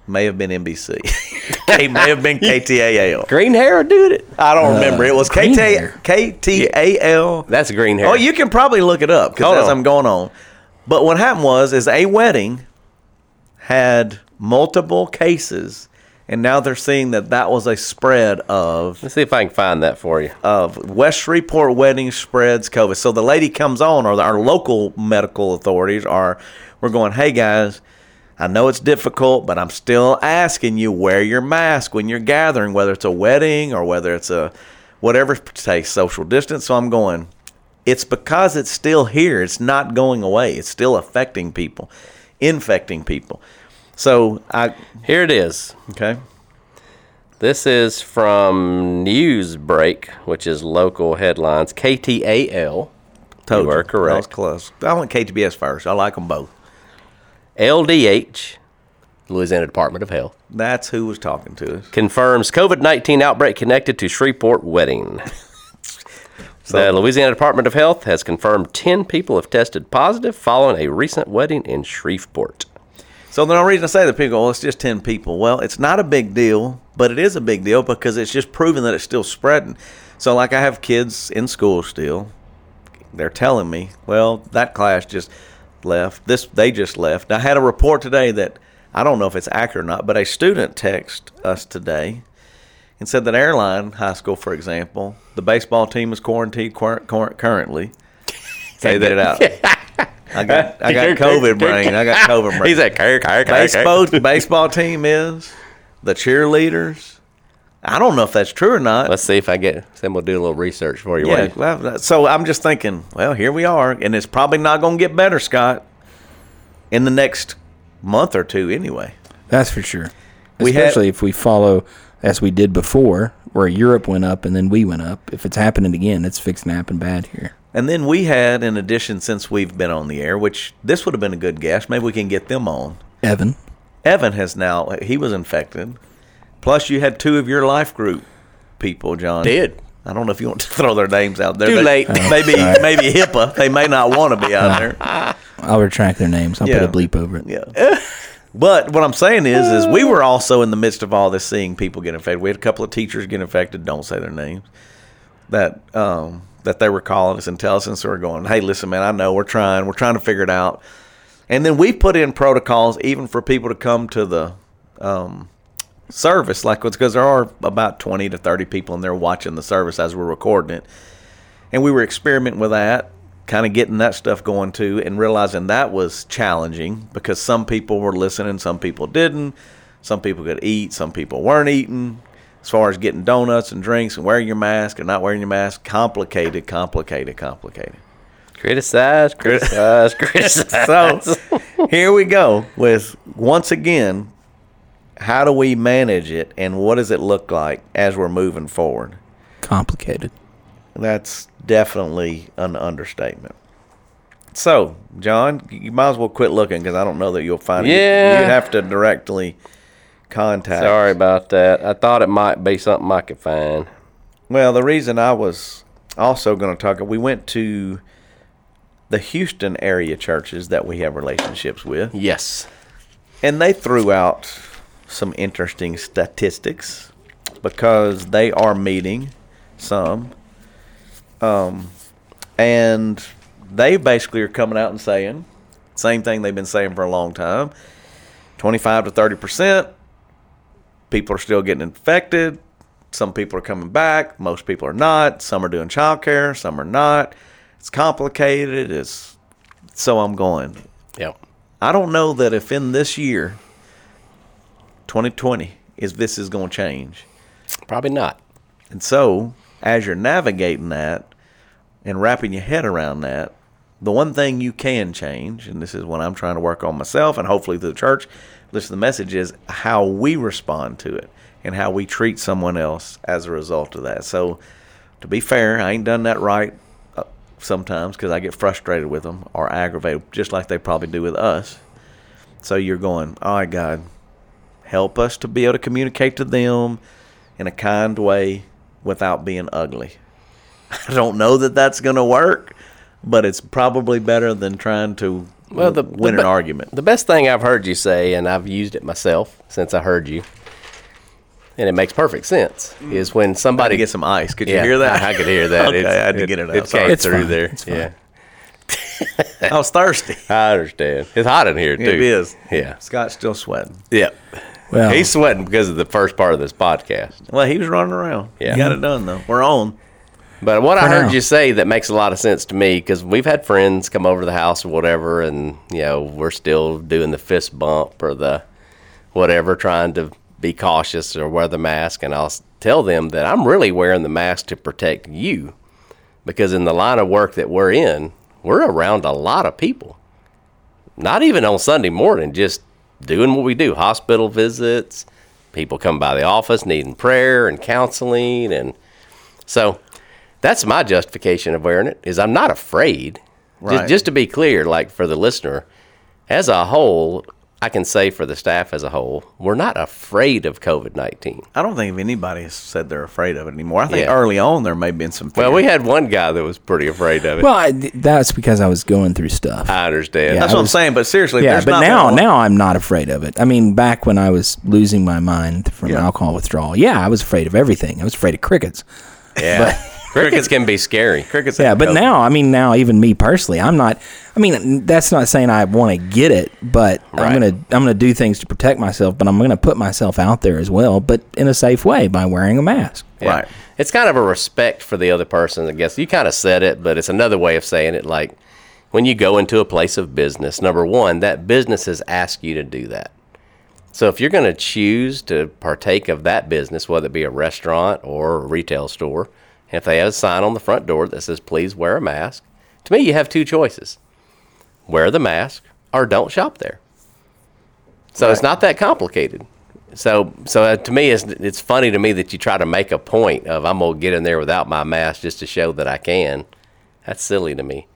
Speaker 2: May have been [laughs] NBC. it may have [laughs] been KTAL.
Speaker 1: Green hair doing it.
Speaker 2: I don't remember. It was
Speaker 3: green
Speaker 2: KT,
Speaker 3: hair.
Speaker 2: KTAL.
Speaker 1: That's green hair.
Speaker 2: Oh, you can probably look it up because
Speaker 1: Hold
Speaker 2: as
Speaker 1: on.
Speaker 2: I'm going on. But what happened was is a wedding had multiple cases, and now they're seeing that that was a spread of
Speaker 1: Let's see if I can find that for you.
Speaker 2: of West Shreveport wedding spreads COVID. So the lady comes on, or our local medical authorities are, we're going, hey guys. I know it's difficult, but I'm still asking you wear your mask when you're gathering, whether it's a wedding or whether it's a whatever takes social distance. So I'm going, it's because it's still here. It's not going away. It's still affecting people, infecting people. So I,
Speaker 1: Here it is.
Speaker 2: okay.
Speaker 1: This is from Newsbreak, which is local headlines. KTAL.
Speaker 2: Told
Speaker 1: you are
Speaker 2: That was
Speaker 1: correct.
Speaker 2: close. I went KTBS first. I like them both.
Speaker 1: LDH, Louisiana Department of Health,
Speaker 2: That's who was talking to us.
Speaker 1: confirms COVID 19 outbreak connected to Shreveport [laughs] wedding. the Louisiana Department of Health has confirmed 10 people have tested positive following a recent wedding in Shreveport.
Speaker 2: So there's no reason to say that people, go, well, it's just 10 people. Well, it's not a big deal, but it is a big deal because it's just proven that it's still spreading. So, like, I have kids in school still. They're telling me, well, that class just left. This they just left. I had a report today that I don't know if it's accurate or not, but a student texted us today and said that airline high school, for example, the baseball team is quarantined quar- quar- currently. Say that it out. I got I got COVID brain. I got COVID brain
Speaker 1: He's like, "Kirk, Kirk, Kirk, Kirk."
Speaker 2: baseball [laughs] baseball team is the cheerleaders. I don't know if that's true or not.
Speaker 1: Let's see if I get. Sam will do a little research for you.
Speaker 2: yeah,
Speaker 1: Wade.
Speaker 2: well, that- so I'm just thinking, well, here we are, and it's probably not going to get better, Scott, in the next month or two, anyway.
Speaker 3: That's for sure.
Speaker 2: We had-
Speaker 3: Especially if we follow as we did before, where Europe went up and then we went up. If it's happening again, it's fixing to happen bad here.
Speaker 2: And then we had, in addition, since we've been on the air, which this would have been a good guess, maybe we can get them on.
Speaker 3: Evan,
Speaker 2: Evan has now he was infected. Plus, you had two of your life group people, John.
Speaker 1: Did.
Speaker 2: I don't know if you want to [laughs] throw their names out there.
Speaker 1: Too
Speaker 2: They-
Speaker 1: late.
Speaker 2: Maybe maybe HIPAA. They may not want to be out there.
Speaker 3: I'll retract their names. I'll
Speaker 2: Yeah.
Speaker 3: put a bleep over it.
Speaker 2: Yeah. [laughs] But what I'm saying is, is we were also in the midst of all this, seeing people get infected. We had a couple of teachers get infected. Don't say their names. That um, that they were calling us and telling us, and so we're going, "Hey, listen, man, I know we're trying. We're trying to figure it out." And then we put in protocols even for people to come to the um, service, like because there are about twenty to thirty people in there watching the service as we're recording it and we were experimenting with that kind of getting that stuff going too and realizing that was challenging because some people were listening some people didn't some people could eat some people weren't eating as far as getting donuts and drinks and wearing your mask and not wearing your mask complicated complicated complicated
Speaker 1: Criticize, [laughs] criticize, criticize.
Speaker 2: so [laughs] here we go with once again how do we manage it and what does it look like as we're moving forward
Speaker 3: Complicated.
Speaker 2: That's definitely an understatement. So, John, you might as well quit looking because I don't know that you'll find it.
Speaker 1: Yeah.
Speaker 2: You have to directly contact.
Speaker 1: Sorry about that. I thought it might be something I could find.
Speaker 2: Well, the reason I was also going to talk, we went to the Houston area churches that we have relationships with,
Speaker 1: Yes.
Speaker 2: and they threw out some interesting statistics because they are meeting some. Um, and they basically are coming out and saying same thing they've been saying for a long time 25 to 30 percent people are still getting infected some people are coming back most people are not some are doing childcare some are not it's complicated it's so i'm going
Speaker 1: Yep.
Speaker 2: I don't know that if in this year, 2020, is this is going to change.
Speaker 1: Probably not.
Speaker 2: And so, as you're navigating that and wrapping your head around that, the one thing you can change, and this is what I'm trying to work on myself and hopefully through the church, listen, the message is how we respond to it and how we treat someone else as a result of that. So, to be fair, I ain't done that right uh, sometimes because I get frustrated with them or aggravated, just like they probably do with us. So you're going, all right, God, help us to be able to communicate to them in a kind way without being ugly. [laughs] I don't know that that's going to work, but it's probably better than trying to
Speaker 1: Well, the, the
Speaker 2: win
Speaker 1: be-
Speaker 2: an argument.
Speaker 1: The best thing I've heard you say, and I've used it myself since I heard you, and it makes perfect sense, is when somebody
Speaker 2: Mm. I get some ice. Could
Speaker 1: [laughs]
Speaker 2: you
Speaker 1: Yeah,
Speaker 2: hear that?
Speaker 1: I, I could hear that.
Speaker 2: [laughs] Okay,
Speaker 1: It's-
Speaker 2: I had to get it out.
Speaker 1: It
Speaker 2: Sorry.
Speaker 1: came
Speaker 3: It's
Speaker 1: through
Speaker 3: fine.
Speaker 1: there.
Speaker 3: It's fine.
Speaker 1: yeah,
Speaker 2: [laughs] I was thirsty.
Speaker 1: I understand. It's hot in here too.
Speaker 2: It is.
Speaker 1: Yeah.
Speaker 2: Scott's still sweating.
Speaker 1: Yeah.
Speaker 3: Well,
Speaker 1: He's sweating because of the first part of this podcast.
Speaker 2: Well, he was running around.
Speaker 1: Yeah.
Speaker 2: Yeah. Got it done though. We're on.
Speaker 1: But what I
Speaker 3: For
Speaker 1: heard
Speaker 3: now.
Speaker 1: you say that makes a lot of sense to me because we've had friends come over to the house or whatever, and you know we're still doing the fist bump or the whatever, trying to be cautious or wear the mask. And I'll s- tell them that I'm really wearing the mask to protect you because in the line of work that we're in, we're around a lot of people. Not even on Sunday morning, just doing what we do, hospital visits. People come by the office needing prayer and counseling and so that's my justification of wearing it is I'm not afraid. Ju- Just,
Speaker 2: Right.
Speaker 1: to be clear, like for the listener, as a whole, I can say for the staff as a whole, we're not afraid of COVID nineteen.
Speaker 2: I don't think anybody has said they're afraid of it anymore. I think
Speaker 1: Yeah.
Speaker 2: early on there may have been some fear.
Speaker 1: Well, we had one guy that was pretty afraid of it.
Speaker 3: well, I, that's because I was going through stuff.
Speaker 1: I understand.
Speaker 2: That's
Speaker 3: I
Speaker 2: what I'm
Speaker 3: was-
Speaker 2: saying. But seriously,
Speaker 3: yeah,
Speaker 2: there's
Speaker 3: but
Speaker 2: not
Speaker 3: now,
Speaker 2: one-
Speaker 3: now I'm not afraid of it. I mean, back when I was losing my mind from
Speaker 2: Yeah.
Speaker 3: alcohol withdrawal, yeah, I was afraid of everything. I was afraid of crickets.
Speaker 1: Yeah. [laughs] Crickets can be scary.
Speaker 2: crickets.
Speaker 3: Yeah,
Speaker 2: ain't
Speaker 3: but
Speaker 2: COVID.
Speaker 3: now, I mean, now even me personally, I'm not. I mean, that's not saying I want to get it, but
Speaker 1: Right.
Speaker 3: I'm gonna I'm gonna do things to protect myself, but I'm gonna put myself out there as well, but in a safe way by wearing
Speaker 2: [laughs]
Speaker 3: a mask.
Speaker 1: Yeah.
Speaker 2: Right.
Speaker 1: It's kind of a respect for the other person, I guess. You kind of said it, but it's another way of saying it. Like when you go into a place of business, number one, that business has asked you to do that. So if you're going to choose to partake of that business, whether it be a restaurant or a retail store, and if they have a sign on the front door that says, please wear a mask, to me, you have two choices wear the mask or don't shop there. So it's not that complicated. So so uh, to me, it's it's funny to me that you try to make a point of I'm gonna get in there without my mask just to show that I can. That's silly to me.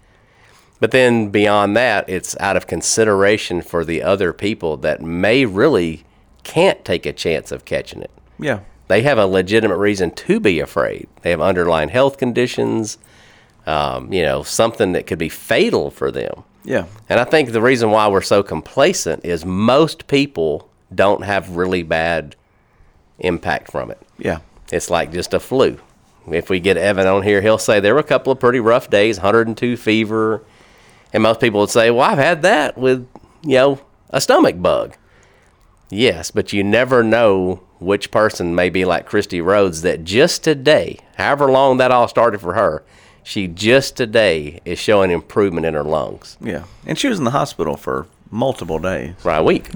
Speaker 1: But then beyond that, it's out of consideration for the other people that may really can't take a chance of catching it.
Speaker 2: Yeah.
Speaker 1: They have a legitimate reason to be afraid. They have underlying health conditions, um, you know, something that could be fatal for them.
Speaker 2: Yeah.
Speaker 1: And I think the reason why we're so complacent is most people don't have really bad impact from it.
Speaker 2: Yeah.
Speaker 1: It's like just a flu. If we get Evan on here, he'll say there were a couple of pretty rough days, 102 fever, and most people would say, "Well, I've had that with, you know, a stomach bug." Yes, but you never know which person may be like Christy Rhodes that just today, however long that all started for her, she just today is showing improvement in her lungs.
Speaker 2: Yeah. And she was in the hospital for multiple days.
Speaker 1: Right week.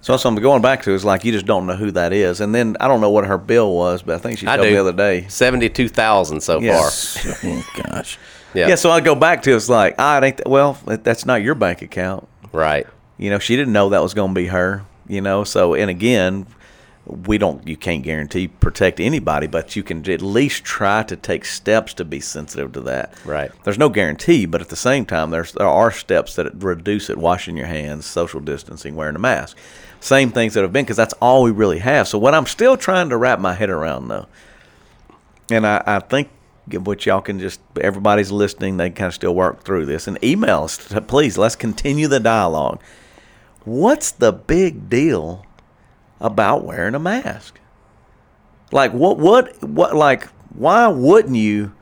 Speaker 2: So that's what I'm going back to. Is like you just don't know who that is. And then I don't know what her bill was, but I think she
Speaker 1: I
Speaker 2: told
Speaker 1: do.
Speaker 2: me the other day.
Speaker 1: Seventy-two thousand so far.
Speaker 3: oh, gosh.
Speaker 1: Yeah.
Speaker 2: Yeah. So I go back to it's like ah, it ain't that, well, that's not your bank account.
Speaker 1: Right.
Speaker 2: You know, she didn't know that was going to be her. You know, so and again, we don't. You can't guarantee protect anybody, but you can at least try to take steps to be sensitive to that.
Speaker 1: Right.
Speaker 2: There's no guarantee, but at the same time, there's there are steps that reduce it: washing your hands, social distancing, wearing a mask. Same things that have been because that's all we really have. So what I'm still trying to wrap my head around though, and I, I think what y'all can just everybody's listening, they kind of still work through this. And emails, please, let's continue the dialogue. What's the big deal about wearing a mask? Like what what what like why wouldn't you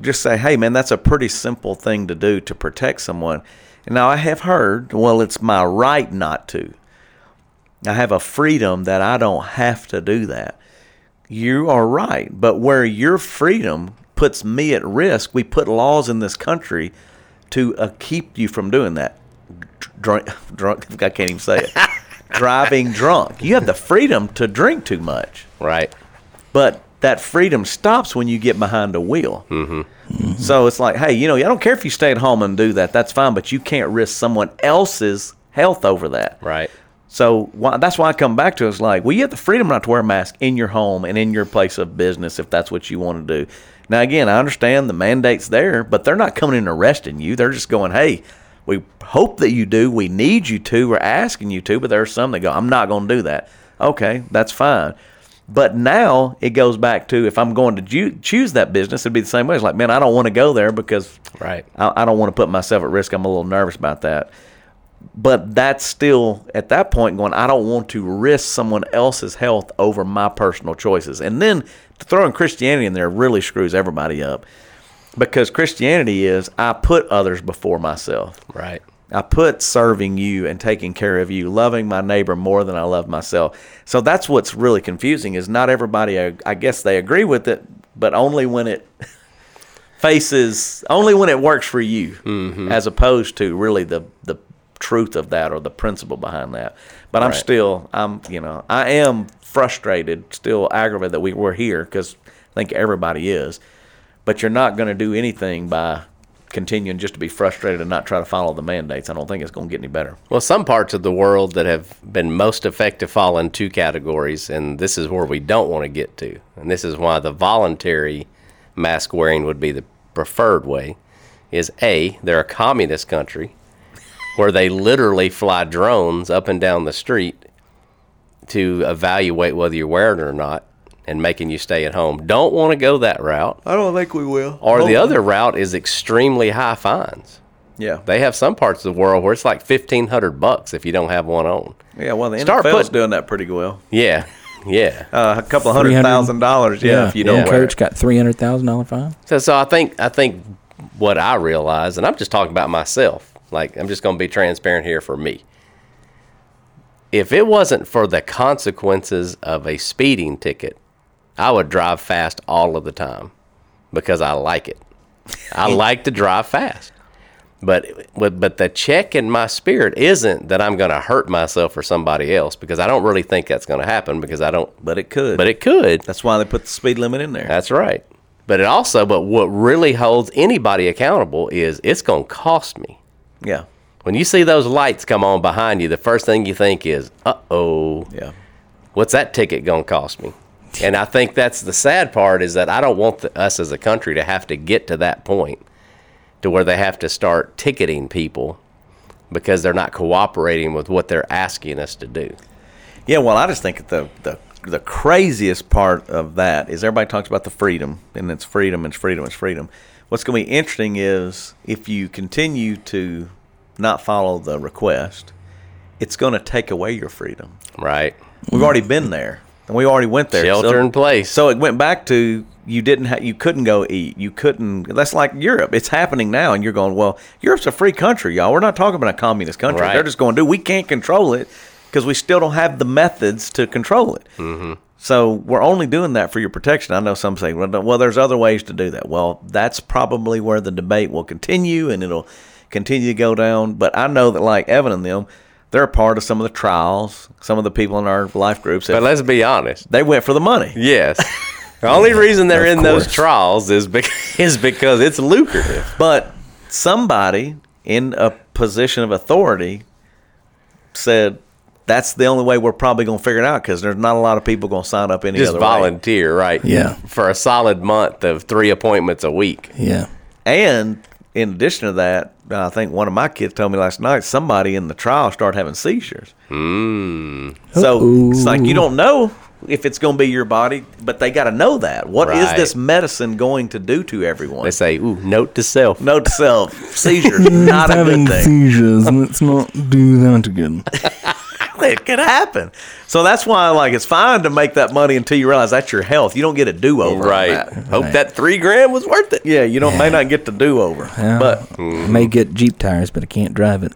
Speaker 2: just say, "Hey man, that's a pretty simple thing to do to protect someone." And now I have heard, well, it's my right not to. I have a freedom that I don't have to do that. You are right, but where your freedom puts me at risk, we put laws in this country to uh, keep you from doing that. Dr- Drunk, drunk. [laughs] I can't even say it. Driving drunk. You have the freedom to drink too much.
Speaker 1: Right.
Speaker 2: But that freedom stops when you get behind a wheel. Mm-hmm. So it's like, hey, you know, I don't care if you stay at home and do that. That's fine, but you can't risk someone else's health over that.
Speaker 1: Right.
Speaker 2: So why, that's why I come back to is like, well, you have the freedom not to wear a mask in your home and in your place of business if that's what you want to do. Now, again, I understand the mandate's there, but they're not coming in and arresting you. They're just going, hey, we hope that you do. We need you to. We're asking you to. But there are some that go, I'm not going to do that. Okay, that's fine. But now it goes back to if I'm going to ju- choose that business, it'd be the same way. It's like, man, I don't want to go there because
Speaker 1: Right.
Speaker 2: I, I don't want to put myself at risk. I'm a little nervous about that. But that's still at that point going, I don't want to risk someone else's health over my personal choices. And then throwing Christianity in there really screws everybody up because Christianity is I put others before myself.
Speaker 1: Right.
Speaker 2: I put serving you and taking care of you, loving my neighbor more than I love myself. So that's what's really confusing is not everybody I I guess they agree with it, but only when it faces only when it works for you as opposed to really the the truth of that or the principle behind that. But I'm
Speaker 1: Right.
Speaker 2: still I'm you know, I am frustrated, still aggravated that we we're here cuz I think everybody is. But you're not going to do anything by continuing just to be frustrated and not try to follow the mandates. I don't think it's going to get any better.
Speaker 1: Well, some parts of the world that have been most effective fall in two categories, and this is where we don't want to get to. And this is why the voluntary mask wearing would be the preferred way. Is A, they're a communist country where they literally fly drones up and down the street to evaluate whether you're wearing it or not and making you stay at home. Don't want to go that route.
Speaker 2: I don't think we will.
Speaker 1: Or the other route is extremely high fines.
Speaker 2: Yeah.
Speaker 1: They have some parts of the world where it's like fifteen hundred bucks if you don't have one on.
Speaker 2: Yeah, well, the
Speaker 1: Start
Speaker 2: NFL's
Speaker 1: putting-
Speaker 2: doing that pretty well.
Speaker 1: Yeah, yeah.
Speaker 2: Uh, a couple hundred
Speaker 3: 300
Speaker 2: thousand dollars, yeah, if you don't
Speaker 3: One
Speaker 2: wear
Speaker 3: coach
Speaker 2: it.
Speaker 3: got three hundred thousand dollar fine.
Speaker 1: So, so I think I think what I realize, and I'm just talking about myself. Like I'm just going to be transparent here for me. If it wasn't for the consequences of a speeding ticket, I would drive fast all of the time because I like it. I like to drive fast. But but but the check in my spirit isn't that I'm going to hurt myself or somebody else because I don't really think that's going to happen because I don't
Speaker 2: But it could.
Speaker 1: but it could.
Speaker 2: That's why they put the speed limit in there.
Speaker 1: That's right. But it also, but what really holds anybody accountable is it's going to cost me.
Speaker 2: yeah.
Speaker 1: When you see those lights come on behind you, the first thing you think is, uh oh,
Speaker 2: Yeah.
Speaker 1: what's that ticket going to cost me? And I think that's the sad part is that I don't want the, us as a country to have to get to that point to where they have to start ticketing people because they're not cooperating with what they're asking us to do.
Speaker 2: Yeah, well, I just think the the the craziest part of that is everybody talks about the freedom, and it's freedom, it's freedom, it's freedom. What's going to be interesting is if you continue to not follow the request, it's going to take away your freedom.
Speaker 1: Right.
Speaker 2: We've already been there, and we already went there.
Speaker 1: Mm-hmm. Shelter
Speaker 2: so,
Speaker 1: in place.
Speaker 2: So it went back to you didn't ha- you couldn't go eat. You couldn't. That's like Europe. It's happening now, and you're going. Well, Europe's a free country, y'all. We're not talking about a communist country.
Speaker 1: Right.
Speaker 2: They're just going to do. We can't control it because we still don't have the methods to control it. Mm-hmm. So we're only doing that for your protection. I know some say, well, no- well, there's other ways to do that. Well, that's probably where the debate will continue and it'll continue to go down. But I know that, like Evan and them, they're a part of some of the trials. Some of the people in our life groups,
Speaker 1: But
Speaker 2: that
Speaker 1: let's be honest.
Speaker 2: they went for the money.
Speaker 1: [laughs] Yes. The only reason they're
Speaker 3: Of
Speaker 1: in those
Speaker 3: course.
Speaker 1: trials is because, [laughs] is because it's lucrative.
Speaker 2: But somebody in a position of authority said, that's the only way we're probably going to figure it out because there's not a lot of people going to sign up any
Speaker 1: Just
Speaker 2: other way.
Speaker 1: volunteer, right?
Speaker 3: Yeah.
Speaker 1: For a solid month of three appointments a week.
Speaker 3: Yeah.
Speaker 2: And in addition to that, I think one of my kids told me last night somebody in the trial started having seizures.
Speaker 1: Hmm.
Speaker 2: So it's like you don't know if it's going to be your body, but they got to know that. What is
Speaker 1: Right.
Speaker 2: this medicine going to do to everyone?
Speaker 1: They say, ooh, note to self.
Speaker 2: Note to self: seizures not a good thing.
Speaker 3: seizures. Let's not do that again.
Speaker 2: [laughs] it could happen. So that's why, like, it's fine to make that money until you realize that's your health. You don't get a do over.
Speaker 1: Right. Hope
Speaker 3: Right.
Speaker 1: that three grand was worth it.
Speaker 2: Yeah, you don't may not get the do over,
Speaker 3: [laughs] Yeah.
Speaker 2: but
Speaker 3: I may get Jeep tires, but I can't drive it.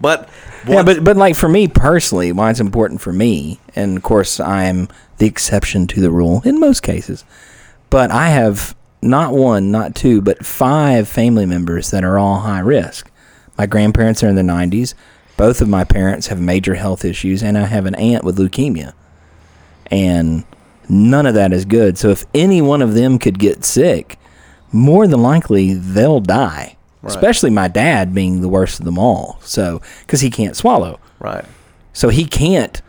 Speaker 2: but
Speaker 3: Yeah, but but like for me personally, why it's important for me, and of course I'm the exception to the rule in most cases. But I have not one, not two, but five family members that are all high risk. My grandparents are in their 90s. Both of my parents have major health issues, and I have an aunt with leukemia. And none of that is good. So if any one of them could get sick, more than likely they'll die. Especially my dad being the worst of them all. So, because he can't swallow.
Speaker 2: right.
Speaker 3: So he can't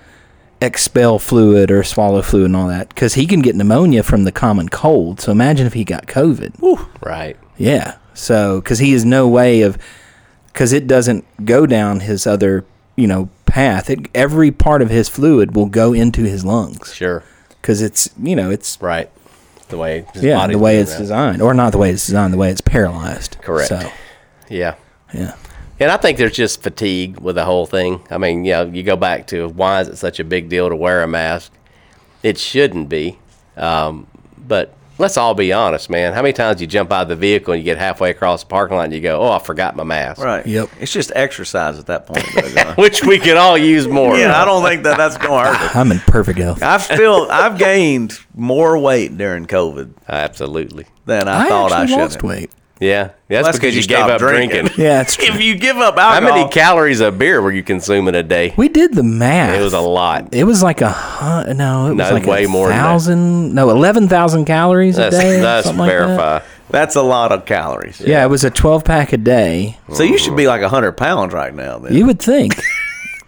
Speaker 3: expel fluid or swallow fluid and all that because he can get pneumonia from the common cold. So imagine if he got COVID.
Speaker 1: Right.
Speaker 3: Yeah. So, because he has no way of, because it doesn't go down his other, you know, path. It, every part of his fluid will go into his lungs
Speaker 1: Sure.
Speaker 3: because it's you know it's
Speaker 1: Right. The way. his
Speaker 3: yeah
Speaker 1: body's
Speaker 3: the way
Speaker 1: doing
Speaker 3: it's
Speaker 1: that.
Speaker 3: designed or not the way it's designed the way it's paralyzed.
Speaker 1: Correct.
Speaker 3: So
Speaker 1: Yeah.
Speaker 3: yeah.
Speaker 1: And I think there's just fatigue with the whole thing. I mean, yeah, you go back to why is it such a big deal to wear a mask? It shouldn't be. Um, but let's all be honest, man. How many times you jump out of the vehicle and you get halfway across the parking lot and you go, "Oh, I forgot my mask,"
Speaker 2: Right.
Speaker 3: Yep.
Speaker 2: It's just exercise at that point. Doug,
Speaker 3: [laughs]
Speaker 2: huh?
Speaker 1: [laughs] which we could all use more.
Speaker 2: [laughs] yeah, I don't think that that's going to hurt. it.
Speaker 3: I'm in perfect health.
Speaker 2: I've still I've gained more weight during COVID
Speaker 1: Absolutely.
Speaker 2: than I, thought I should. have.
Speaker 3: weight.
Speaker 1: Yeah, that's,
Speaker 2: That's 'cause
Speaker 1: because
Speaker 2: you
Speaker 1: you, gave
Speaker 2: stopped
Speaker 1: up drinking.
Speaker 2: [laughs] drinking.
Speaker 3: [laughs] Yeah, it's
Speaker 2: If
Speaker 3: true.
Speaker 2: you give up
Speaker 1: How
Speaker 2: alcohol,
Speaker 1: many calories of beer were you consuming a day?
Speaker 3: We did the math.
Speaker 1: It was a lot.
Speaker 3: It was like a hun- no. It was
Speaker 1: No,
Speaker 3: like
Speaker 1: way
Speaker 3: a
Speaker 1: more than that.
Speaker 3: thousand. No, eleven thousand calories
Speaker 1: That's,
Speaker 3: [laughs] a day.
Speaker 1: that's
Speaker 3: something like that.
Speaker 1: verify.
Speaker 2: that's a lot of calories.
Speaker 3: Yeah, it was a twelve pack a day.
Speaker 2: So you should be like hundred pounds right now. Then.
Speaker 3: You would
Speaker 1: [laughs]
Speaker 3: think.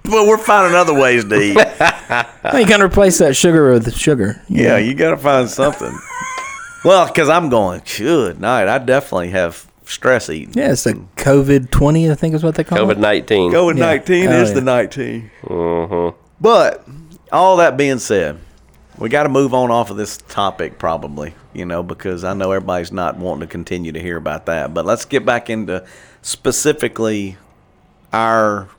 Speaker 2: well, we're finding other ways to
Speaker 3: [laughs]
Speaker 2: eat.
Speaker 3: Well, you can replace that sugar with sugar. you
Speaker 2: Yeah,
Speaker 3: know?
Speaker 2: you got to find something. [laughs] well, because I'm going, good night. I definitely have stress eating.
Speaker 3: Yeah, it's the COVID twenty. I think is what they call
Speaker 1: COVID
Speaker 3: it.
Speaker 1: nineteen.
Speaker 2: COVID
Speaker 3: Yeah.
Speaker 2: 19
Speaker 3: Oh,
Speaker 2: is
Speaker 3: yeah.
Speaker 2: the 19. But all that being said, we got to move on off of this topic probably, you know, because I know everybody's not wanting to continue to hear about that. But let's get back into specifically our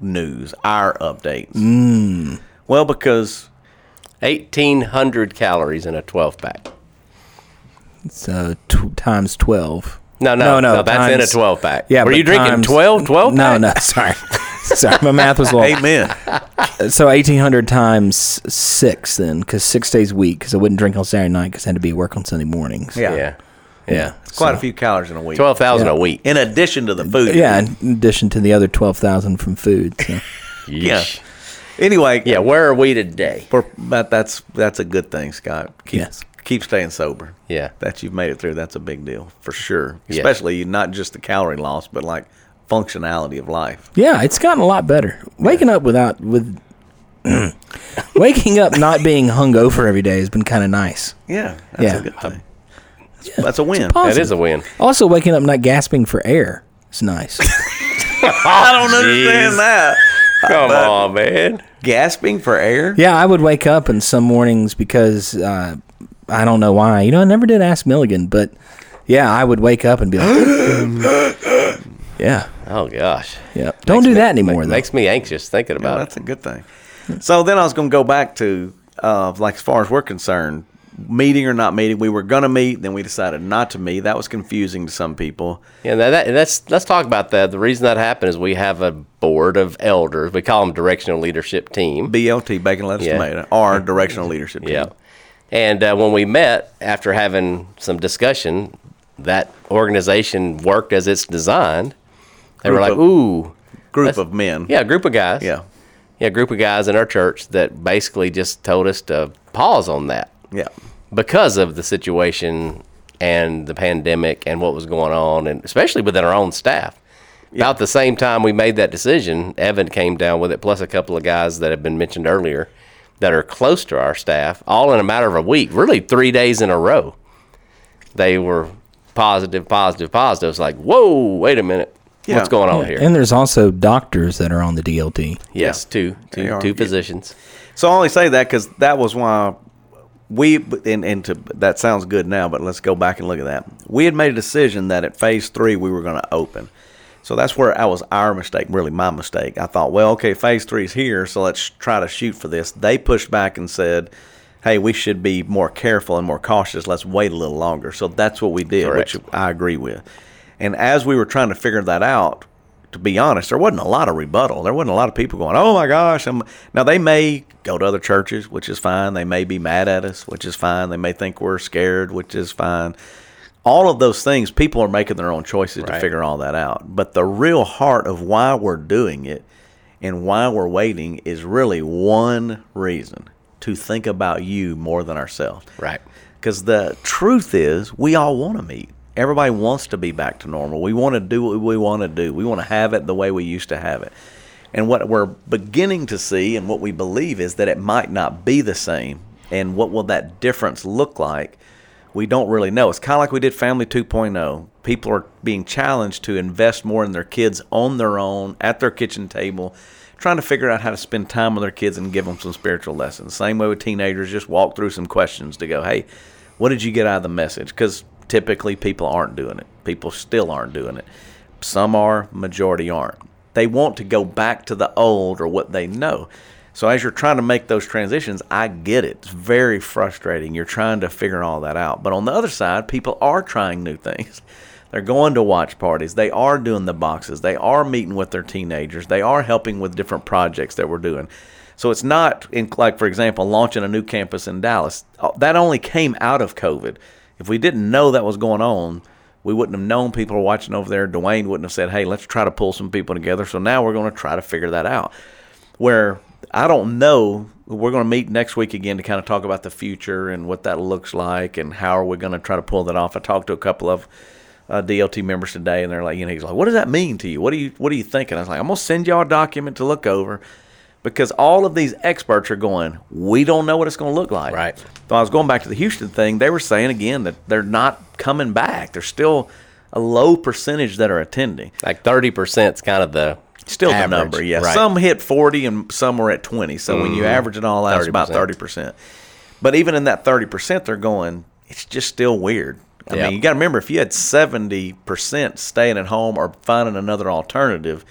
Speaker 2: news, our updates. Mm. Well, because
Speaker 1: Eighteen hundred calories in a twelve pack.
Speaker 3: So uh, tw times twelve.
Speaker 1: No, no, no. that's in a
Speaker 3: times-
Speaker 1: 12 pack.
Speaker 3: Yeah,
Speaker 1: Were
Speaker 3: but
Speaker 1: you drinking
Speaker 3: times-
Speaker 1: twelve, twelve? 12? 12
Speaker 3: No,
Speaker 1: pack?
Speaker 3: no. [laughs] Sorry, sorry. My
Speaker 1: [laughs]
Speaker 3: math was low.
Speaker 2: amen.
Speaker 3: So eighteen hundred times six then, because six days a week. Because I wouldn't drink on Saturday night because I had to be at work on Sunday mornings.
Speaker 2: Yeah.
Speaker 1: Yeah.
Speaker 3: yeah.
Speaker 2: It's quite a few calories in a week.
Speaker 1: 12,000 a week.
Speaker 2: in addition to the food.
Speaker 3: Yeah, in addition to the other twelve thousand from food.
Speaker 1: [laughs]
Speaker 3: So.
Speaker 2: Yeah.
Speaker 1: Yeesh.
Speaker 2: Anyway,
Speaker 1: Yeah, where are we today?
Speaker 2: For, but that's that's a good thing, Scott. Keep,
Speaker 3: Yes.
Speaker 2: Keep staying sober.
Speaker 1: Yeah.
Speaker 2: That you've made it through. That's a big deal for sure.
Speaker 1: Yes.
Speaker 2: Especially not just the calorie loss, but like functionality of life.
Speaker 3: Yeah, it's gotten a lot better. Waking up without with [clears throat] waking up not being hungover every day has been kind of nice.
Speaker 2: Yeah. That's
Speaker 3: Yeah.
Speaker 2: a good thing. That's, that's a win.
Speaker 3: Positive.
Speaker 1: That is a win.
Speaker 3: Also, waking up not gasping for air
Speaker 1: [laughs]
Speaker 3: is nice.
Speaker 2: [laughs] I don't understand
Speaker 1: Jeez.
Speaker 2: that.
Speaker 1: Come on, man.
Speaker 2: Gasping for air?
Speaker 3: yeah, I would wake up in some mornings because uh, I don't know why. You know, I never did ask Milligan, but yeah, I would wake up and be like, yeah,
Speaker 1: Oh, gosh.
Speaker 3: yeah. Don't do that anymore.
Speaker 1: It
Speaker 3: though.
Speaker 1: makes me anxious thinking
Speaker 2: Yeah,
Speaker 1: about it.
Speaker 2: that's a good thing. So then I was going to go back to, uh, like, as far as we're concerned, meeting or not meeting. We were going to meet, then we decided not to meet. That was confusing to some people.
Speaker 1: Yeah, that, that- that's let's talk about that. The reason that happened is we have a board of elders. We call them directional leadership team.
Speaker 2: BLT, bacon, lettuce,
Speaker 1: Yeah.
Speaker 2: tomato, or directional leadership. team.
Speaker 1: Yeah. And uh, when we met after having some discussion, that organization worked as it's designed. They were
Speaker 2: Group
Speaker 1: like,
Speaker 2: of-
Speaker 1: "Ooh,
Speaker 2: Group
Speaker 1: That's-
Speaker 2: of men.
Speaker 1: yeah, a group of guys,
Speaker 2: Yeah.
Speaker 1: yeah, a group of guys in our church that basically just told us to pause on that
Speaker 2: Yeah.
Speaker 1: because of the situation and the pandemic and what was going on, and especially within our own staff." About the same time we made that decision, Evan came down with it, plus a couple of guys that have been mentioned earlier that are close to our staff, all in a matter of a week, really three days in a row. They were positive, positive, positive. It's like, whoa, wait a minute.
Speaker 2: Yeah.
Speaker 1: What's going on here?
Speaker 3: And there's also doctors that are on the DLT.
Speaker 1: Yes, two, two,
Speaker 2: They are,
Speaker 1: two
Speaker 2: yeah.
Speaker 1: physicians.
Speaker 2: So I only say that because that was why we and, and to, that sounds good now, but let's go back and look at that. We had made a decision that at phase three we were going to open. So that's where I was our mistake, really my mistake. I thought, well, okay, phase three's here, so let's try to shoot for this. They pushed back and said, hey, we should be more careful and more cautious. Let's wait a little longer. So that's what we did,
Speaker 1: Correct.
Speaker 2: which I agree with. And as we were trying to figure that out, to be honest, there wasn't a lot of rebuttal. There wasn't a lot of people going, "Oh my gosh!" I'm... Now they may go to other churches, which is fine. They may be mad at us, which is fine. They may think we're scared, which is fine. All of those things, people are making their own choices to
Speaker 1: Right.
Speaker 2: figure all that out. But the real heart of why we're doing it and why we're waiting is really one reason to think about you more than ourselves.
Speaker 1: Right.
Speaker 2: Because the truth is, we all want to meet. Everybody wants to be back to normal. We want to do what we want to do. We want to have it the way we used to have it. And what we're beginning to see and what we believe is that it might not be the same. And what will that difference look like? We don't really know. It's kind of like we did Family 2.0. People are being challenged to invest more in their kids on their own, at their kitchen table, trying to figure out how to spend time with their kids and give them some spiritual lessons. Same way with teenagers, just walk through some questions to go, hey, what did you get out of the message? Because typically people aren't doing it. People still aren't doing it. Some are, majority aren't. They want to go back to the old or what they know. So as you're trying to make those transitions, I get it. It's very frustrating. You're trying to figure all that out. But on the other side, people are trying new things. [laughs] They're going to watch parties. They are doing the boxes. They are meeting with their teenagers. They are helping with different projects that we're doing. So it's not in, like, for example, launching a new campus in Dallas. Uh, That only came out of COVID. If we didn't know that was going on, we wouldn't have known people were watching over there. Dwayne wouldn't have said, hey, let's try to pull some people together. So now we're going to try to figure that out. Where I don't know, we're going to meet next week again to kind of talk about the future and what that looks like and how are we going to try to pull that off. I talked to a couple of uh, DLT members today, and they're like, you know, he's like, what does that mean to you? What do you What are you thinking? I was like, I'm gonna send y'all a document to look over, because all of these experts are going, we don't know what it's gonna look like.
Speaker 1: Right.
Speaker 2: So I was going back to the Houston thing. They were saying again that they're not coming back. There's still a low percentage that are attending.
Speaker 1: Like thirty percent's kind of the
Speaker 2: Still
Speaker 1: average,
Speaker 2: the number, yeah.
Speaker 1: Right. Mm-hmm.
Speaker 2: Some hit 40 and some were at 20. So when you average it all out, it's about 30%. But even in that 30%, they're going, it's just still weird. I
Speaker 1: Yeah.
Speaker 2: mean, you got to remember if you had 70% staying at home or finding another alternative,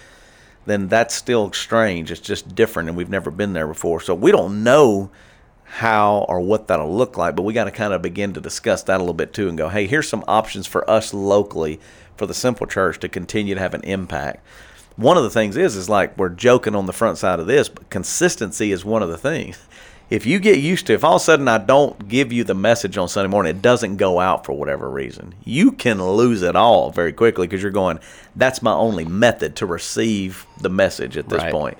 Speaker 2: then that's still strange. It's just different and we've never been there before. So we don't know how or what that'll look like, but we got to kind of begin to discuss that a little bit too and go, hey, here's some options for us locally for the simple church to continue to have an impact. One of the things is is like we're joking on the front side of this, but consistency is one of the things. If you get used to if all of a sudden I don't give you the message on Sunday morning, it doesn't go out for whatever reason. You can lose it all very quickly because you're going, that's my only method to receive the message at this
Speaker 1: Right.
Speaker 2: point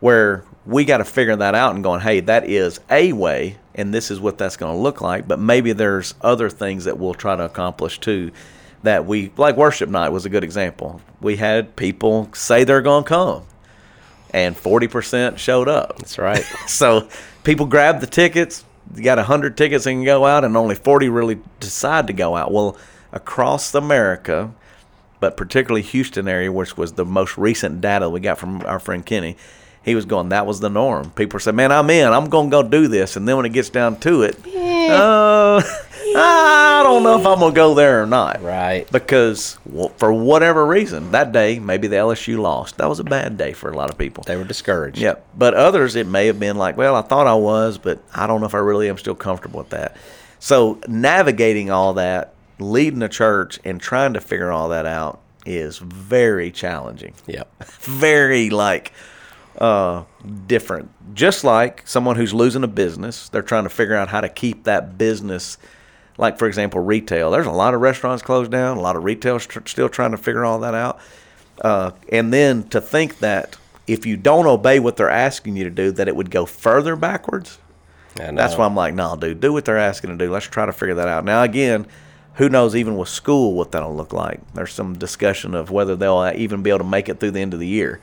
Speaker 2: where we got to figure that out and going, hey, that is a way, and this is what that's going to look like. But maybe there's other things that we'll try to accomplish too. That we like worship night was a good example. We had people say they're going to come, and forty percent showed up.
Speaker 1: That's right. [laughs]
Speaker 2: [laughs] So people grab the tickets. You got 100 tickets and can go out, and only 40 really decide to go out. Well, across America, but particularly Houston area, which was the most recent data we got from our friend Kenny, he was going, that was the norm. People said, man, I'm in. I'm going to go do this. And then when it gets down to it, uh, [laughs] I don't know if I'm going to go there or not.
Speaker 1: Right.
Speaker 2: Because well, for whatever reason, that day, maybe the LSU lost. That was a bad day for a lot of people.
Speaker 1: They were discouraged.
Speaker 2: Yeah, but others it may have been like, well, I thought I was, but I don't know if I really am still comfortable with that. So navigating all that, leading a church, and trying to figure all that out is very challenging.
Speaker 1: Yep.
Speaker 2: Very like uh, different. Just like someone who's losing a business, they're trying to figure out how to keep that business. Like for example, retail. There's a lot of restaurants closed down. A lot of retail tr- still trying to figure all that out. Uh, and then to think that if you don't obey what they're asking you to do, that it would go further backwards.
Speaker 1: I know.
Speaker 2: That's why I'm like, no, dude, do what they're asking to do. Let's try to figure that out. Now, again, who knows even with school what that'll look like? There's some discussion of whether they'll even be able to make it through the end of the year.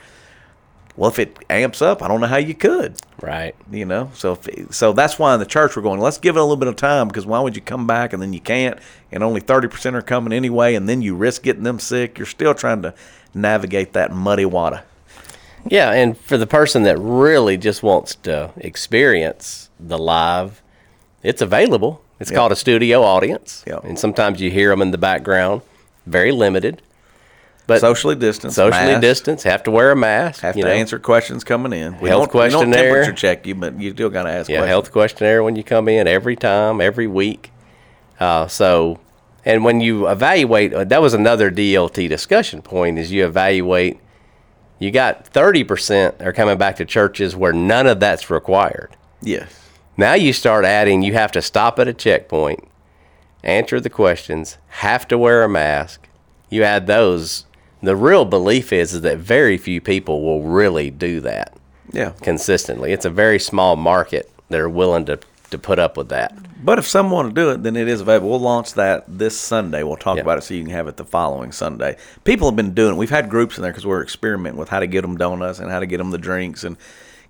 Speaker 2: Well, if it amps up, I don't know how you could,
Speaker 1: Right.
Speaker 2: you know. So, if, so that's why in the church we're going. Let's give it a little bit of time because why would you come back and then you can't, and only thirty percent are coming anyway, and then you risk getting them sick. You're still trying to navigate that muddy water.
Speaker 1: Yeah, and for the person that really just wants to experience the live, it's available. It's called a studio audience,
Speaker 2: Yep.
Speaker 1: and sometimes you hear them in the background. Very limited, but
Speaker 2: Socially distanced,
Speaker 1: socially
Speaker 2: masked.
Speaker 1: distanced. Have to wear a mask.
Speaker 2: Have
Speaker 1: you
Speaker 2: to
Speaker 1: know.
Speaker 2: answer questions coming in. We
Speaker 1: Health
Speaker 2: don't, we don't
Speaker 1: questionnaire.
Speaker 2: temperature check you, but you still got to ask
Speaker 1: Yeah,
Speaker 2: questions.
Speaker 1: health questionnaire when you come in every time, every week. Uh, so, and when you evaluate, uh, that was another DLT discussion point: is you evaluate. You got thirty percent are coming back to churches where none of that's required.
Speaker 2: Yes.
Speaker 1: Now you start adding, you have to stop at a checkpoint, answer the questions, have to wear a mask. You add those. The real belief is, is that very few people will really do that
Speaker 2: Yeah.
Speaker 1: consistently. It's a very small market that are willing to, to put up with that.
Speaker 2: But if some want to do it, then it is available. We'll launch that this Sunday. We'll talk
Speaker 1: Yeah.
Speaker 2: about it so you can have it the following Sunday. People have been doing it. We've had groups in there because we're experimenting with how to get them donuts and how to get them the drinks and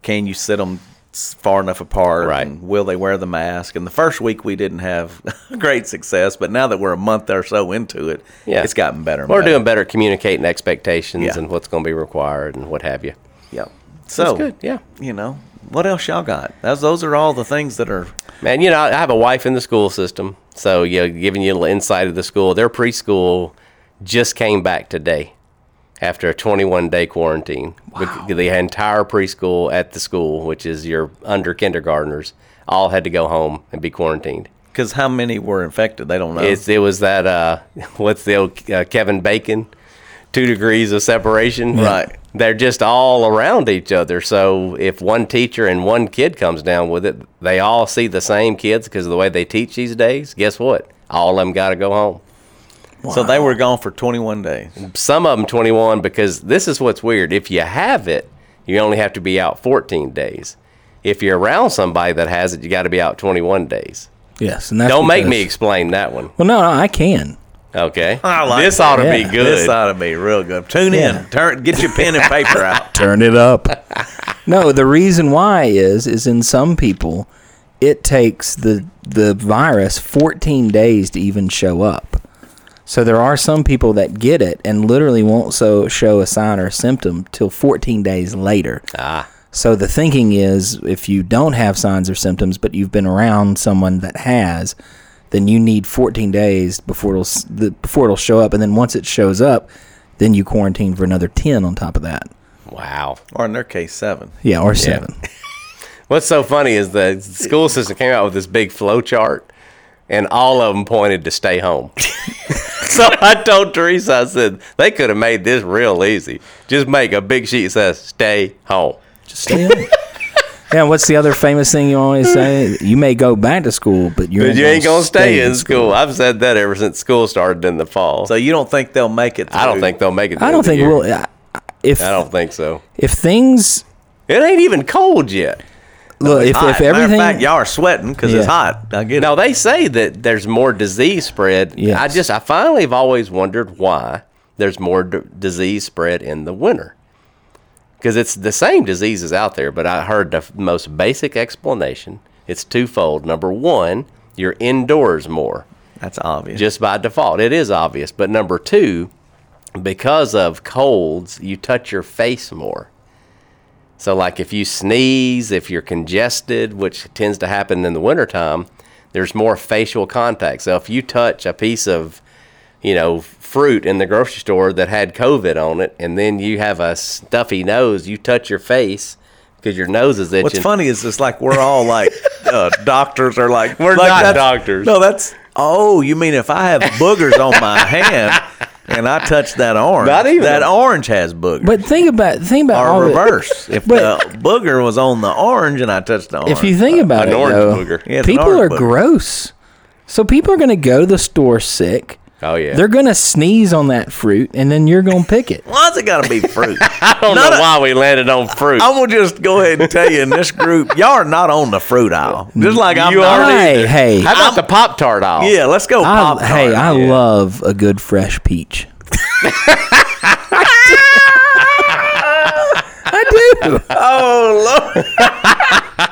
Speaker 2: can you sit them far enough apart
Speaker 1: Right.
Speaker 2: and will they wear the mask. And the first week we didn't have [laughs] great success, but now that we're a month or so into it,
Speaker 1: Yeah.
Speaker 2: it's gotten better. and
Speaker 1: We're
Speaker 2: better.
Speaker 1: doing better at communicating expectations
Speaker 2: Yeah.
Speaker 1: and what's going to be required and what have you.
Speaker 2: Yeah. So
Speaker 1: That's good. Yeah.
Speaker 2: You know what else y'all got? Those those are all the things that are.
Speaker 1: Man, you know, I have a wife in the school system, so you know, giving you a little insight of the school. Their preschool just came back today after a 21 day quarantine. Wow. The entire preschool at the school, which is your under kindergartners, all had to go home and be quarantined.
Speaker 2: Because how many were infected? They
Speaker 3: Oh.
Speaker 2: don't know.
Speaker 1: It's, it was that uh, [laughs] what's the old uh, Kevin Bacon, two degrees of separation.
Speaker 2: Right.
Speaker 1: They're just all around each other. So if one teacher and one kid comes down with it, they all see the same kids because of the way they teach these days. Guess what? All of them got to go home.
Speaker 2: So they were gone for 21 days.
Speaker 1: Some of them 21 because this is what's weird. If you have it, you only have to be out 14 days. If you're around somebody that has it, you got to be out 21 days.
Speaker 3: Yes, and that's
Speaker 1: Don't make
Speaker 3: because-
Speaker 1: me explain that one.
Speaker 3: Well, no, no, I can.
Speaker 1: Okay.
Speaker 2: I like
Speaker 1: this ought to
Speaker 3: that.
Speaker 1: be
Speaker 3: Yeah. uh,
Speaker 1: good.
Speaker 2: This ought to be real good. Tune
Speaker 3: Yeah.
Speaker 2: in. Turn. Get your pen and
Speaker 1: [laughs]
Speaker 2: paper out.
Speaker 3: [laughs] Turn it up. no, the reason why is is in some people, it takes the the virus 14 days to even show up. So there are some people that get it and literally won't so show a sign or a symptom till 14 days later.
Speaker 1: Ah.
Speaker 3: So the thinking is if you don't have signs or symptoms but you've been around someone that has, then you need 14 days before it'll s- the, before it'll show up and then once it shows up, then you quarantine for another 10 on top of that.
Speaker 1: Wow.
Speaker 2: Or in their case, seven.
Speaker 3: Yeah, or 7.
Speaker 1: What's so funny is the school system came out with this big flow chart, and all of them pointed to stay home. [laughs] so I told Teresa, I said they could have made this real easy. Just make a big sheet that says "Stay home."
Speaker 3: Just stay home. [laughs] Yeah, what's the other famous thing you always say? You may go back to school, but you
Speaker 1: But
Speaker 3: ain't,
Speaker 1: you ain't
Speaker 3: gonna
Speaker 1: gonna stay in school. I've said that ever since school started in the fall.
Speaker 2: So you don't think they'll make it? Through?
Speaker 1: I don't think they'll make it. to
Speaker 3: I
Speaker 1: the end
Speaker 3: don't
Speaker 1: of
Speaker 3: think
Speaker 1: the year.
Speaker 3: we'll. I, I- if
Speaker 1: I don't think so.
Speaker 3: if things
Speaker 1: It ain't even cold yet.
Speaker 3: look, if,
Speaker 2: Hot.
Speaker 3: if
Speaker 2: Matter
Speaker 3: everything
Speaker 2: of fact, y'all are sweating because it's
Speaker 3: Yeah.
Speaker 2: hot. I get
Speaker 1: Now
Speaker 2: it.
Speaker 1: they say that there's more disease spread.
Speaker 3: Yes.
Speaker 1: I just I finally have always wondered why there's more d- disease spread in the winter. Because it's the same diseases out there, but I heard the f- most basic explanation. It's twofold. Number one, you're indoors more
Speaker 2: That's obvious.
Speaker 1: just by default. It is obvious. But number two, because of colds, you touch your face more. So, like if you sneeze, if you're congested, which tends to happen in the wintertime, there's more facial contact. So, if you touch a piece of, you know, fruit in the grocery store that had COVID on it, and then you have a stuffy nose, you touch your face because your nose is itching.
Speaker 2: What's funny is it's like we're
Speaker 1: [laughs]
Speaker 2: all like uh, doctors are like
Speaker 1: We're
Speaker 2: like,
Speaker 1: not
Speaker 2: that's-
Speaker 1: doctors.
Speaker 2: No, that's oh, you mean if I have boogers on
Speaker 1: [laughs]
Speaker 2: my hand and I touch that orange,
Speaker 1: Not even.
Speaker 2: that orange has boogers.
Speaker 3: but think about think about all
Speaker 2: or
Speaker 3: the-
Speaker 2: reverse, if
Speaker 3: but-
Speaker 2: the booger was on the orange and I touched the orange,
Speaker 3: If you think about
Speaker 1: an
Speaker 3: it,
Speaker 1: orange
Speaker 3: though,
Speaker 1: booger.
Speaker 2: Yeah, it's an
Speaker 3: people
Speaker 2: orange
Speaker 3: are
Speaker 2: booger.
Speaker 3: gross. So people are going to go to the store sick.
Speaker 1: Oh, yeah.
Speaker 3: They're going to sneeze on that fruit, and then you're going to pick it.
Speaker 2: why's it got to be fruit?
Speaker 1: I don't know
Speaker 2: Not a-
Speaker 1: why we landed on fruit.
Speaker 2: I'm gonna just go ahead and tell you in this group, y'all are not on the fruit aisle. Just like I'm
Speaker 1: You
Speaker 2: not.
Speaker 1: aren't
Speaker 3: Hey,
Speaker 1: either.
Speaker 3: hey.
Speaker 1: How about the Pop Tart aisle?
Speaker 2: Yeah, let's go.
Speaker 3: I-
Speaker 2: Pop
Speaker 3: hey, I love a good fresh peach. I do.
Speaker 2: Oh Lord.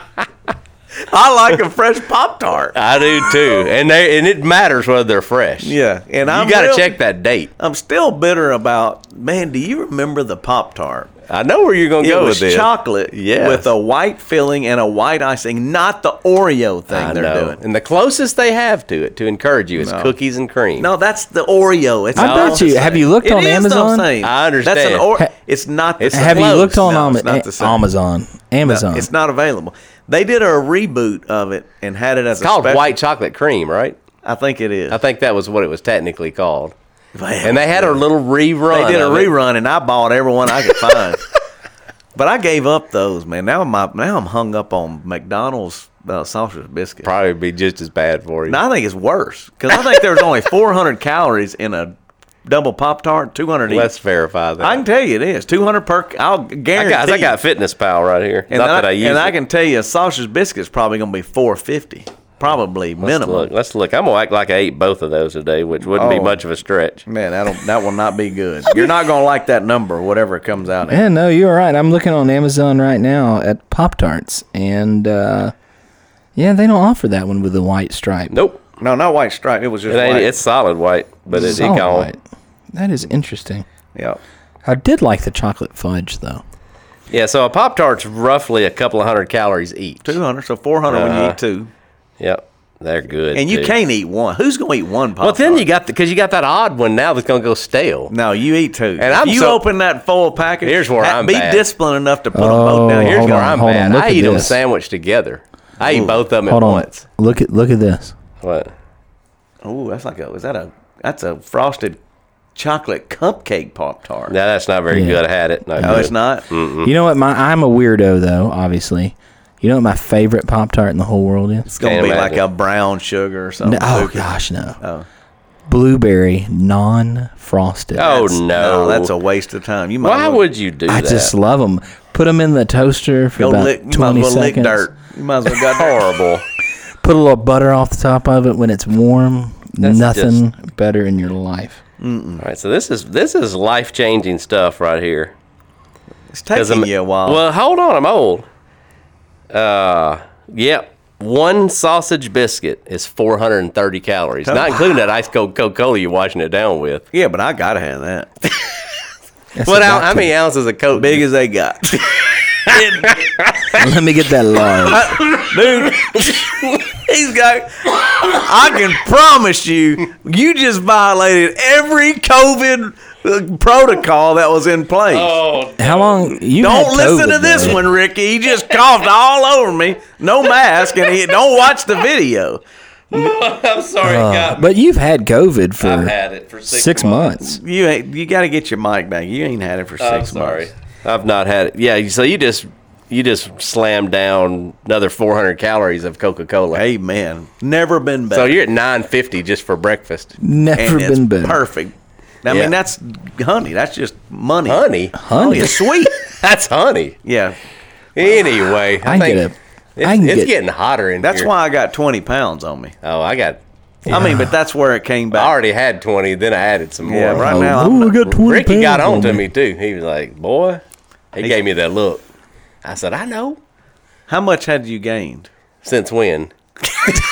Speaker 2: I like a fresh Pop Tart.
Speaker 1: I do too, and they and it matters whether they're fresh.
Speaker 2: Yeah. And
Speaker 1: you
Speaker 2: I'm
Speaker 1: got to
Speaker 2: real-
Speaker 1: check that date.
Speaker 2: I'm still bitter about man, do you remember the Pop Tart?
Speaker 1: I know where you're gonna
Speaker 2: It
Speaker 1: go
Speaker 2: was
Speaker 1: with this.
Speaker 2: chocolate
Speaker 1: Yes.
Speaker 2: with a white filling and a white icing, not the Oreo thing
Speaker 1: I
Speaker 2: they're
Speaker 1: know.
Speaker 2: doing.
Speaker 1: and the closest they have to it to encourage you is cookies and cream.
Speaker 2: No, that's the Oreo. It's
Speaker 3: I
Speaker 2: not
Speaker 3: bet
Speaker 2: the
Speaker 3: you-
Speaker 2: same.
Speaker 3: have you looked
Speaker 2: It
Speaker 3: on
Speaker 2: is the
Speaker 3: Amazon?
Speaker 2: same.
Speaker 1: I understand.
Speaker 2: That's an or-
Speaker 3: Ha-
Speaker 2: it's not the
Speaker 1: It's
Speaker 2: same.
Speaker 3: Have you looked on
Speaker 2: No,
Speaker 3: Ama-
Speaker 2: it's not the same.
Speaker 3: Amazon? Amazon.
Speaker 2: It's not available. They did a reboot of it and had it as
Speaker 1: it's called
Speaker 2: a special-
Speaker 1: white chocolate cream, right?
Speaker 2: I think it is.
Speaker 1: I think that was what it was technically called.
Speaker 2: Man,
Speaker 1: And they had a little rerun.
Speaker 2: They did a
Speaker 1: of it.
Speaker 2: rerun, and I bought every one I could
Speaker 3: [laughs]
Speaker 2: find. but I gave up those, man. Now my now I'm hung up on McDonald's uh, sausage biscuit.
Speaker 1: Probably be just as bad for you.
Speaker 2: And I think it's worse because I
Speaker 1: [laughs]
Speaker 2: think there's only 400 calories in a double pop tart, 200
Speaker 1: Let's
Speaker 2: each.
Speaker 1: verify that.
Speaker 2: I can tell you it is 200 per. I'll
Speaker 1: I
Speaker 2: guarantee.
Speaker 1: got, I got
Speaker 2: you.
Speaker 1: Fitness Pal right here.
Speaker 2: and
Speaker 1: Not
Speaker 2: I,
Speaker 1: that I use
Speaker 2: and
Speaker 1: it.
Speaker 2: I can tell you a sausage biscuit's probably going to be 450, probably
Speaker 1: Let's
Speaker 2: minimum.
Speaker 1: look. Let's look. I'm gonna act like I ate both of those today, which wouldn't be
Speaker 2: Oh.
Speaker 1: much of a stretch.
Speaker 2: Man, that'll that will not be good. You're not gonna like that number, whatever it comes out at.
Speaker 3: yeah, no, you're right. I'm looking on Amazon right now at Pop Tarts, and uh, yeah, they don't offer that one with the white stripe.
Speaker 1: Nope.
Speaker 2: No, not white stripe. It was just
Speaker 1: It ain't,
Speaker 2: white.
Speaker 1: It's solid white, but it's it
Speaker 3: Solid
Speaker 1: gone.
Speaker 3: white. That is interesting.
Speaker 2: yeah.
Speaker 3: I did like the chocolate fudge though.
Speaker 1: Yeah, so a Pop Tart's roughly a couple of hundred calories each.
Speaker 2: Two hundred, so four hundred when you
Speaker 1: Uh-huh.
Speaker 2: eat two,
Speaker 1: Yep, they're good.
Speaker 2: and you
Speaker 1: dude.
Speaker 2: can't eat one. Who's gonna eat one pop?
Speaker 1: Well, then you got because you got that odd one now that's gonna go stale.
Speaker 2: No, you eat two.
Speaker 1: And I'm
Speaker 2: you
Speaker 1: so-
Speaker 2: open that full package.
Speaker 1: Here's where
Speaker 2: ha-
Speaker 1: I'm
Speaker 2: be
Speaker 1: bad.
Speaker 2: disciplined enough to put them both
Speaker 3: Oh,
Speaker 2: down. Here's
Speaker 1: Here's
Speaker 3: hold
Speaker 2: where
Speaker 1: where
Speaker 3: on,
Speaker 1: I'm
Speaker 3: hold on,
Speaker 1: bad.
Speaker 3: look
Speaker 1: I
Speaker 3: at
Speaker 1: eat them
Speaker 3: this.
Speaker 1: sandwiched together. I eat both of them
Speaker 3: Hold
Speaker 1: at
Speaker 3: on.
Speaker 1: once.
Speaker 3: Look at look at this.
Speaker 1: What?
Speaker 2: Oh, that's like a is that a that's a frosted chocolate cupcake pop tart?
Speaker 1: No, that's not very
Speaker 3: Yeah.
Speaker 1: good. I had it.
Speaker 2: No, Oh, it's not.
Speaker 3: You know what? My I'm a weirdo though. Obviously, you know what my favorite Pop Tart in the whole world is?
Speaker 2: It's gonna
Speaker 1: Can't
Speaker 2: be
Speaker 1: imagine.
Speaker 2: like a brown sugar or something.
Speaker 3: No- oh
Speaker 2: Stupid.
Speaker 3: gosh, no.
Speaker 2: Oh.
Speaker 3: Blueberry non-frosted.
Speaker 1: Oh no.
Speaker 2: that's a waste of time. You might
Speaker 1: Why
Speaker 2: well
Speaker 1: would you do
Speaker 3: I
Speaker 1: that?
Speaker 3: just love them. Put them in the toaster for
Speaker 2: go
Speaker 3: about
Speaker 2: lick? You might
Speaker 3: twenty
Speaker 2: as well lick
Speaker 3: seconds.
Speaker 2: dirt. You might as
Speaker 1: [laughs]
Speaker 2: well got horrible.
Speaker 3: Put a little butter off the top of it when it's warm.
Speaker 1: That's
Speaker 3: Nothing better in your life.
Speaker 1: All right, so this is this is life changing stuff right here.
Speaker 2: It's
Speaker 1: 'Cause
Speaker 2: taking
Speaker 1: I'm-
Speaker 2: you a while.
Speaker 1: Well, hold on, I'm old. Uh, yep. One sausage biscuit is 430 calories, not including that ice cold Coca Cola you're washing it down with.
Speaker 2: yeah, but I gotta have that.
Speaker 3: That's
Speaker 1: What?
Speaker 3: a
Speaker 1: How,
Speaker 3: lot
Speaker 1: how
Speaker 3: to-
Speaker 1: many ounces of Coke?
Speaker 2: Big as they got,
Speaker 3: Let me get that
Speaker 2: [laughs]
Speaker 3: large.
Speaker 2: dude. [laughs] He's got. I can promise you, you just violated every COVID uh, protocol that was in place.
Speaker 1: [laughs] Oh,
Speaker 3: How long? You
Speaker 2: Don't
Speaker 3: had
Speaker 2: listen to
Speaker 3: COVID,
Speaker 2: this
Speaker 3: though.
Speaker 2: one, Ricky. He just coughed all over me. No mask, and he don't watch the video.
Speaker 1: I'm sorry,
Speaker 3: Uh,
Speaker 1: God.
Speaker 3: but you've had COVID for
Speaker 1: I've had it for six,
Speaker 3: six, months.
Speaker 2: You ain't. You got to get your mic back. You ain't had it for 6
Speaker 1: Oh, I'm
Speaker 2: months.
Speaker 1: sorry, I've not had it. Yeah, so you just you just slammed down another 400 calories of Coca Cola.
Speaker 2: Amen. Never been better.
Speaker 1: So you're at 950 just for breakfast.
Speaker 3: Never
Speaker 2: and it's
Speaker 3: been better.
Speaker 2: perfect. I
Speaker 1: Yeah.
Speaker 2: mean, that's honey. That's just money.
Speaker 1: Honey,
Speaker 3: Honey.
Speaker 2: It's
Speaker 1: [laughs]
Speaker 2: sweet.
Speaker 1: that's honey.
Speaker 2: Yeah.
Speaker 1: Anyway, I,
Speaker 3: I can
Speaker 1: think
Speaker 3: get a.
Speaker 1: It's,
Speaker 3: I can
Speaker 1: it's
Speaker 3: get.
Speaker 1: getting hotter in
Speaker 2: That's
Speaker 1: here.
Speaker 2: why I got 20 pounds on me.
Speaker 1: Oh, I got.
Speaker 2: I mean, but that's where it came
Speaker 1: I
Speaker 2: back.
Speaker 1: already had 20. Then I added some more.
Speaker 2: Yeah, right
Speaker 3: oh,
Speaker 2: now.
Speaker 3: ooh,
Speaker 2: I'm-
Speaker 3: I got 20
Speaker 1: Ricky got
Speaker 3: pounds
Speaker 1: on to
Speaker 3: [laughs] me.
Speaker 1: me too. He was like, "Boy," he gave me that look. I said, "I know."
Speaker 2: How much had you gained?
Speaker 1: Since when?
Speaker 2: [laughs]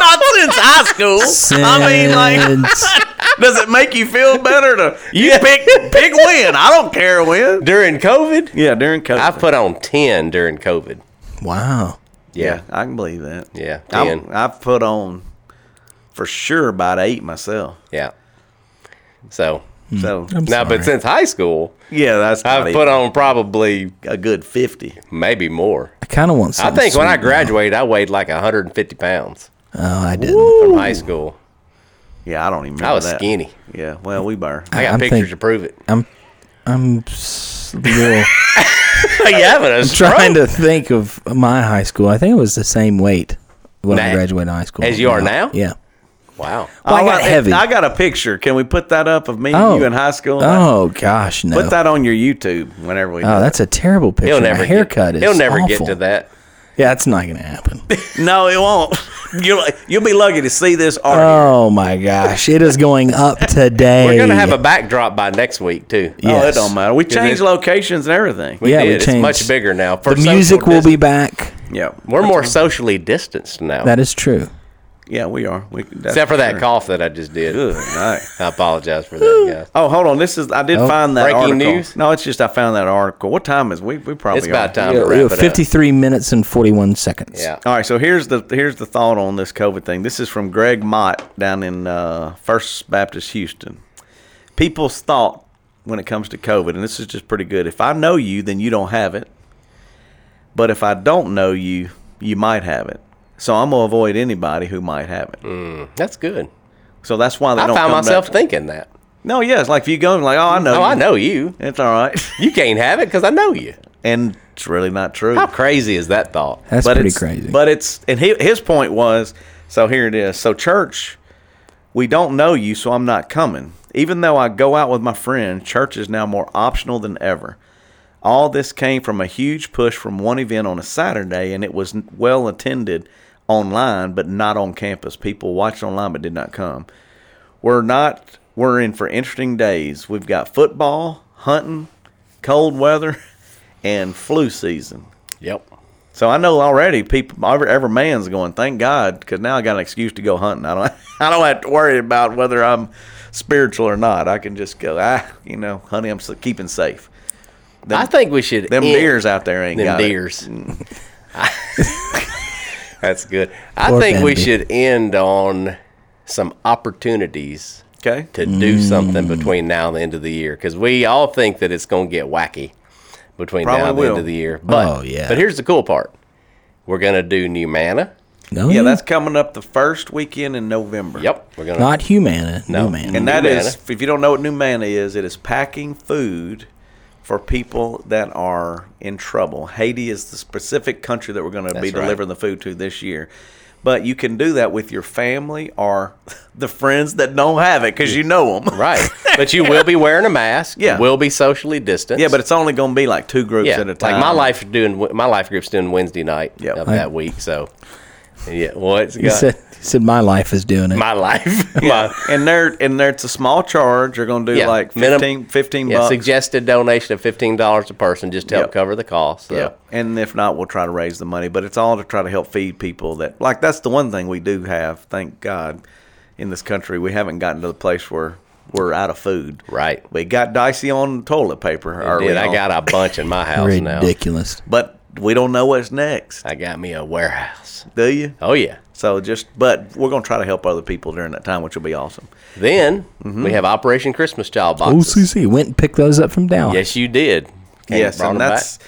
Speaker 2: Not since high school. I mean, like,
Speaker 1: [laughs]
Speaker 3: Since-
Speaker 2: does it make you feel better to [laughs] you pick pick when? I don't care when.
Speaker 1: [laughs] During COVID,
Speaker 2: Yeah, during COVID.
Speaker 1: I put on 10 during COVID.
Speaker 3: wow.
Speaker 1: Yeah,
Speaker 2: I can believe that.
Speaker 1: Yeah,
Speaker 2: I,
Speaker 1: 10.
Speaker 2: I've put on for sure about eight myself.
Speaker 1: yeah. So
Speaker 2: So
Speaker 1: now, but since high school,
Speaker 2: yeah, that's
Speaker 1: Hmm. I've
Speaker 2: not
Speaker 1: put on probably
Speaker 2: even a good fifty.
Speaker 1: maybe more.
Speaker 3: [laughs] I kind of want
Speaker 1: I
Speaker 3: something.
Speaker 1: think when
Speaker 3: sweet
Speaker 1: I
Speaker 3: now.
Speaker 1: graduated, I weighed like 150 pounds
Speaker 3: Oh, I didn't.
Speaker 1: from high school.
Speaker 2: Yeah, I don't even. Remember
Speaker 1: I was
Speaker 2: that.
Speaker 1: skinny.
Speaker 2: Yeah, well, we were.
Speaker 1: I got
Speaker 3: I'm
Speaker 1: pictures
Speaker 3: think-
Speaker 1: to prove it.
Speaker 3: I'm. I'm s-
Speaker 1: [laughs]
Speaker 3: real-
Speaker 1: you having a stroke?
Speaker 3: trying to think of my high school. I think it was the same weight when I
Speaker 1: Nah.
Speaker 3: graduated high school
Speaker 1: As you are
Speaker 3: Yeah.
Speaker 1: now?
Speaker 3: Yeah.
Speaker 1: Wow.
Speaker 3: Well, I
Speaker 2: Oh,
Speaker 3: got heavy.
Speaker 2: I got a picture. Can we put that up of me and
Speaker 3: oh,
Speaker 2: you in high school?
Speaker 3: Oh gosh, no.
Speaker 2: Put that on your YouTube whenever we.
Speaker 3: Oh, that's a terrible picture.
Speaker 1: He'll never
Speaker 3: my haircut
Speaker 1: get,
Speaker 3: is.
Speaker 1: He'll never
Speaker 3: awful.
Speaker 1: get to that.
Speaker 3: Yeah, it's not
Speaker 1: [laughs]
Speaker 3: gonna happen.
Speaker 2: no, it won't. [laughs] You'll you'll be lucky to see this art.
Speaker 3: oh my gosh, it is going up today.
Speaker 1: We're gonna have a backdrop by next week too.
Speaker 3: Yeah.
Speaker 2: Oh, it
Speaker 3: yes.
Speaker 2: don't matter. We changed
Speaker 1: it-
Speaker 2: locations and everything.
Speaker 1: We
Speaker 3: Yeah, we
Speaker 1: did. it's
Speaker 3: changed.
Speaker 1: much bigger now. For
Speaker 3: The music
Speaker 1: social
Speaker 3: will be
Speaker 1: distance-
Speaker 3: back.
Speaker 2: yeah,
Speaker 1: We're more socially distanced now,
Speaker 3: That is true.
Speaker 2: yeah, we are. We, that's
Speaker 1: except for that
Speaker 2: sure.
Speaker 1: cough that I just did.
Speaker 2: Good night.
Speaker 1: I apologize for that,
Speaker 3: [laughs]
Speaker 1: guys.
Speaker 2: Oh, hold on. This is I did
Speaker 3: Oh,
Speaker 2: find that
Speaker 1: breaking
Speaker 2: article.
Speaker 1: news?
Speaker 2: No, it's just I found that article. What time is we? We probably
Speaker 1: It's about
Speaker 2: are.
Speaker 1: time
Speaker 3: Yeah,
Speaker 1: to
Speaker 3: we
Speaker 1: wrap
Speaker 3: have
Speaker 1: it up.
Speaker 3: 53 minutes and 41 seconds.
Speaker 1: Yeah.
Speaker 2: All right. So here's the here's the thought on this COVID thing. This is from Greg Mott down in uh, First Baptist Houston. People's thought when it comes to COVID, and this is just pretty good. If I know you, then you don't have it. But if I don't know you, you might have it. So I'm gonna avoid anybody who might have it.
Speaker 1: That's good.
Speaker 2: So that's why they
Speaker 1: Mm. I
Speaker 2: don't.
Speaker 1: found
Speaker 2: come
Speaker 1: myself
Speaker 2: back.
Speaker 1: thinking that.
Speaker 2: No, yeah, it's like if you go and like, oh, I know.
Speaker 1: Oh,
Speaker 2: you.
Speaker 1: I know you.
Speaker 2: It's all right, [laughs]
Speaker 1: You can't have it because I know you.
Speaker 2: and it's really not true.
Speaker 1: How crazy is that thought?
Speaker 3: That's
Speaker 2: but
Speaker 3: pretty
Speaker 2: it's,
Speaker 3: crazy.
Speaker 2: But it's and he, his point was so here it is. So church, we don't know you, so I'm not coming. Even though I go out with my friend, church is now more optional than ever. All this came from a huge push from one event on a Saturday, and it was well attended online, but not on campus. People watched online but did not come. We're not. We're in for interesting days. We've got football, hunting, cold weather, [laughs] and flu season.
Speaker 1: Yep.
Speaker 2: So I know already people every, every man's going, thank God, because now I got an excuse to go hunting. I don't [laughs] I don't have to worry about whether I'm spiritual or not. I can just go, ah, you know, honey, I'm s- keeping safe.
Speaker 1: I think we should
Speaker 2: Them
Speaker 1: end
Speaker 2: deers out there ain't
Speaker 1: them
Speaker 2: got it.
Speaker 1: deers. Mm.
Speaker 2: [laughs]
Speaker 1: [laughs] That's good. I
Speaker 3: Poor
Speaker 1: think we
Speaker 3: Bambi.
Speaker 1: should end on some opportunities
Speaker 2: Okay.
Speaker 1: to do something
Speaker 2: Mm.
Speaker 1: between now and the end of the year because we all think that it's going to get wacky between now
Speaker 2: Probably
Speaker 1: and the end
Speaker 2: will.
Speaker 1: of the year. But
Speaker 3: Oh, yeah.
Speaker 1: but here's the cool part: we're going to do New Mana.
Speaker 3: No,
Speaker 2: Yeah, that's coming up the first weekend in November.
Speaker 1: Yep, we're going to
Speaker 3: not uh, humana.
Speaker 1: No.
Speaker 3: No, man.
Speaker 2: And that
Speaker 1: New
Speaker 2: is,
Speaker 1: Manna.
Speaker 2: if you don't know what New Manna is, it is packing food for people that are in trouble. Haiti is the specific country that we're going to be
Speaker 1: That's right.
Speaker 2: delivering the food to this year. But you can do that with your family or [laughs] the friends that don't have it because you know them.
Speaker 1: [laughs] right, but you will be wearing a mask.
Speaker 2: Yeah.
Speaker 1: you will be socially distanced.
Speaker 2: [laughs] Yeah, but it's only going to be like two groups
Speaker 1: yeah,
Speaker 2: at a time.
Speaker 1: like my life doing my life group's doing Wednesday night
Speaker 2: Yep.
Speaker 1: of
Speaker 2: Right.
Speaker 1: that week. So yeah, what's
Speaker 3: He said, he said, my life is doing it.
Speaker 1: my life? [laughs]
Speaker 2: Yeah.
Speaker 1: My,
Speaker 2: and they're and they're it's a small charge. You're going to do
Speaker 1: Yeah,
Speaker 2: like
Speaker 1: minim-
Speaker 2: 15, 15
Speaker 1: yeah,
Speaker 2: bucks.
Speaker 1: suggested donation of fifteen dollars a person just to help
Speaker 2: Yep.
Speaker 1: cover the cost. So.
Speaker 2: Yeah. And if not, we'll try to raise the money. But it's all to try to help feed people that, like, that's the one thing we do have, thank God, in this country. We haven't gotten to the place where we're out of food.
Speaker 1: Right.
Speaker 2: We got dicey on toilet paper. early
Speaker 1: Dude, I
Speaker 2: on,
Speaker 1: got a bunch in my house now.
Speaker 3: Ridiculous.
Speaker 2: But we don't know what's next,
Speaker 1: I got me a warehouse.
Speaker 2: do you?
Speaker 1: Oh yeah.
Speaker 2: So just, but we're going to try to help other people during that time, which will be awesome.
Speaker 1: Then we have Operation Christmas Child boxes.
Speaker 3: OCC went and picked those up from Dallas.
Speaker 1: yes, you did. Came
Speaker 2: yes,
Speaker 1: brought
Speaker 2: and
Speaker 1: 'em
Speaker 2: that's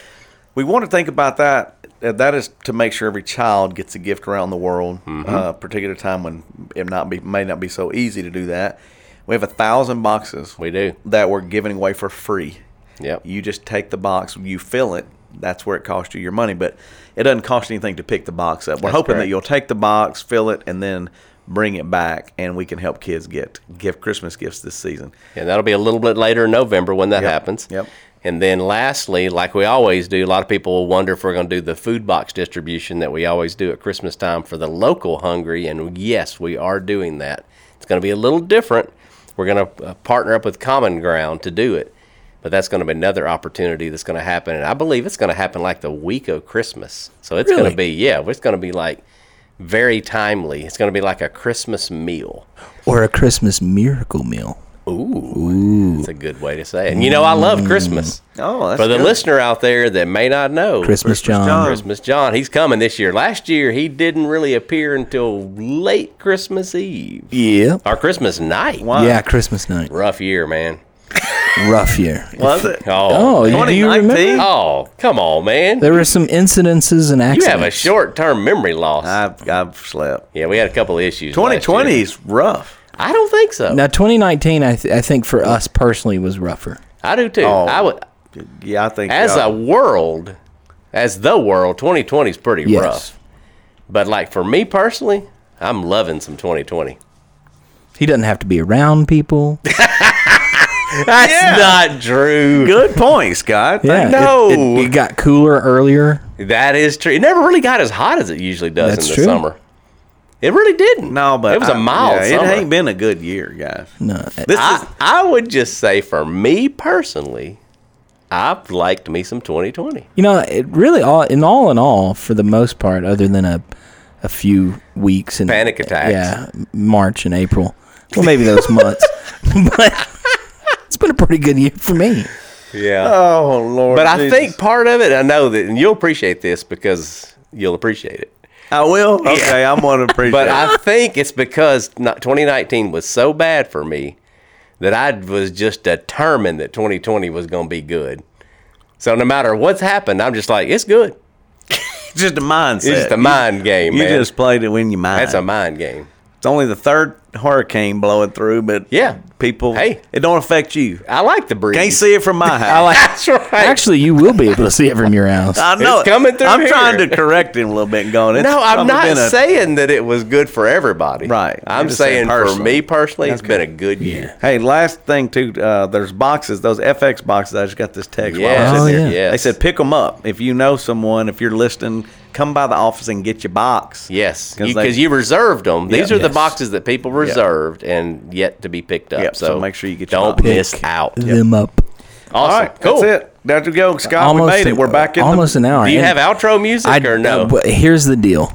Speaker 2: we want to think about that. Uh, That is to make sure every child gets a gift around the world.
Speaker 1: Mm-hmm.
Speaker 2: Uh, particular time when it not be may not be so easy to do that. We have a thousand boxes
Speaker 1: back. we do.
Speaker 2: that we're giving away for free.
Speaker 1: Yep.
Speaker 2: You just take the box, you fill it. That's where it costs you your money, but it doesn't cost anything to pick the box up. We're
Speaker 1: That's
Speaker 2: hoping that
Speaker 1: correct.
Speaker 2: you'll take the box, fill it, and then bring it back, and we can help kids get gift Christmas gifts this season.
Speaker 1: And that'll be a little bit later in November when that happens.
Speaker 2: yep.
Speaker 1: And then lastly, like we always do, a lot of people will wonder if we're going to do the food box distribution that we always do at Christmas time for the local hungry. And yes, we are doing that. It's going to be a little different. We're going to uh, partner up with Common Ground to do it. But that's going to be another opportunity that's going to happen. And I believe it's going to happen like the week of Christmas. So it's going
Speaker 3: Really?
Speaker 1: to be, yeah, it's going to be like very timely. It's going to be like a Christmas meal.
Speaker 3: Or a Christmas miracle meal.
Speaker 1: It's a good way to say it. And you know, I love Christmas.
Speaker 2: Oh, that's
Speaker 1: For the
Speaker 2: good.
Speaker 1: listener out there that may not know,
Speaker 3: Christmas, John.
Speaker 2: John.
Speaker 1: Christmas John, he's coming this year. Last year, he didn't really appear until late Christmas Eve
Speaker 3: Yeah.
Speaker 1: or Christmas night.
Speaker 2: Wow.
Speaker 3: yeah, Christmas night.
Speaker 1: Rough year, man.
Speaker 3: Rough year.
Speaker 2: Was it?
Speaker 1: Oh,
Speaker 3: Oh, you, do
Speaker 2: 2019?
Speaker 3: you remember?
Speaker 1: oh, come on, man.
Speaker 3: There were some incidences and
Speaker 1: You
Speaker 3: accidents.
Speaker 1: have a short-term memory loss.
Speaker 2: I've, I've slept.
Speaker 1: yeah, we had a couple of issues. last year.
Speaker 2: 2020 is rough.
Speaker 1: I don't think so.
Speaker 3: Now, 2019, I, th- I think for us personally was rougher.
Speaker 1: I do too.
Speaker 2: Oh.
Speaker 1: I would,
Speaker 2: Yeah, I think
Speaker 1: as
Speaker 2: y'all-
Speaker 1: a world, as the world, 2020 is pretty
Speaker 3: Yes.
Speaker 1: rough. But like for me personally, I'm loving some 2020.
Speaker 3: He doesn't have to be around people.
Speaker 1: That's not true.
Speaker 2: [laughs] good point, Scott.
Speaker 3: Yeah, it-
Speaker 1: No.
Speaker 3: It, it got cooler earlier.
Speaker 1: That is true. It never really got as hot as it usually does
Speaker 3: That's
Speaker 1: in the
Speaker 3: true.
Speaker 1: summer. It really didn't.
Speaker 2: No, but
Speaker 1: it was a
Speaker 2: I-
Speaker 1: mild
Speaker 2: yeah,
Speaker 1: summer.
Speaker 2: It ain't been a good year, guys.
Speaker 3: No,
Speaker 2: This is
Speaker 1: I, I would just say for me personally, I've liked me some 2020.
Speaker 3: You know, it really all in all in all, for the most part, other than a a few weeks and
Speaker 1: Panic attacks.
Speaker 3: Yeah, March and April. Well, maybe those
Speaker 1: [laughs]
Speaker 3: months, but it's been a pretty good year for me.
Speaker 1: Yeah.
Speaker 2: oh Lord.
Speaker 1: but I think part of it, I know that, and you'll appreciate this because you'll appreciate it.
Speaker 2: I will. Okay, I'm gonna appreciate.
Speaker 1: But
Speaker 2: it.
Speaker 1: I think it's because not- 2019 was so bad for me that I was just determined that 2020 was going to be good. So no matter what's happened, I'm just like, it's good.
Speaker 2: it's just a mindset.
Speaker 1: It's just a mind game,
Speaker 2: You
Speaker 1: man.
Speaker 2: just played it when you mind.
Speaker 1: That's a mind game.
Speaker 2: it's only the third hurricane blowing through, but
Speaker 1: Yeah.
Speaker 2: people.
Speaker 1: Hey.
Speaker 2: it don't affect you.
Speaker 1: I like the breeze.
Speaker 2: Can't see it from my house.
Speaker 1: I like, [laughs] that's right.
Speaker 3: Actually, you will be able to see it from your house.
Speaker 2: I know
Speaker 1: it's
Speaker 2: it.
Speaker 1: coming through
Speaker 2: I'm
Speaker 1: here.
Speaker 2: trying to correct him a little bit and going. it's
Speaker 1: no, I'm
Speaker 2: probably
Speaker 1: not
Speaker 2: been a-
Speaker 1: saying that it was good for everybody.
Speaker 2: Right. You're
Speaker 1: I'm
Speaker 2: just saying
Speaker 1: saying for
Speaker 2: personally.
Speaker 1: me personally, it's been a good year.
Speaker 2: Hey, last thing too. Uh, there's boxes. Those FX boxes. I just got this text. while I was
Speaker 1: Yes.
Speaker 2: sitting
Speaker 3: Oh,
Speaker 2: here.
Speaker 1: yes.
Speaker 3: yeah.
Speaker 2: They said pick them up. If you know someone, if you're listening, come by the office and get your box.
Speaker 1: Yes,
Speaker 2: 'Cause
Speaker 1: because you,
Speaker 2: they-
Speaker 1: 'cause you reserved them. These
Speaker 2: Yeah.
Speaker 1: are the
Speaker 2: Yes.
Speaker 1: boxes that people reserved and yet to be picked up.
Speaker 2: Yep, so
Speaker 1: So,
Speaker 2: make sure you get your
Speaker 1: don't
Speaker 2: box.
Speaker 1: miss
Speaker 3: Pick
Speaker 1: out.
Speaker 3: Them up.
Speaker 1: Awesome. cool.
Speaker 2: That's it. There you go, Scott.
Speaker 1: Ah,
Speaker 2: we made
Speaker 3: an-
Speaker 2: it. We're back in [laughs]
Speaker 3: almost
Speaker 2: the,
Speaker 3: an hour.
Speaker 1: Do you
Speaker 3: And
Speaker 1: have outro music
Speaker 3: I-
Speaker 1: or no?
Speaker 3: uh, but here's the deal.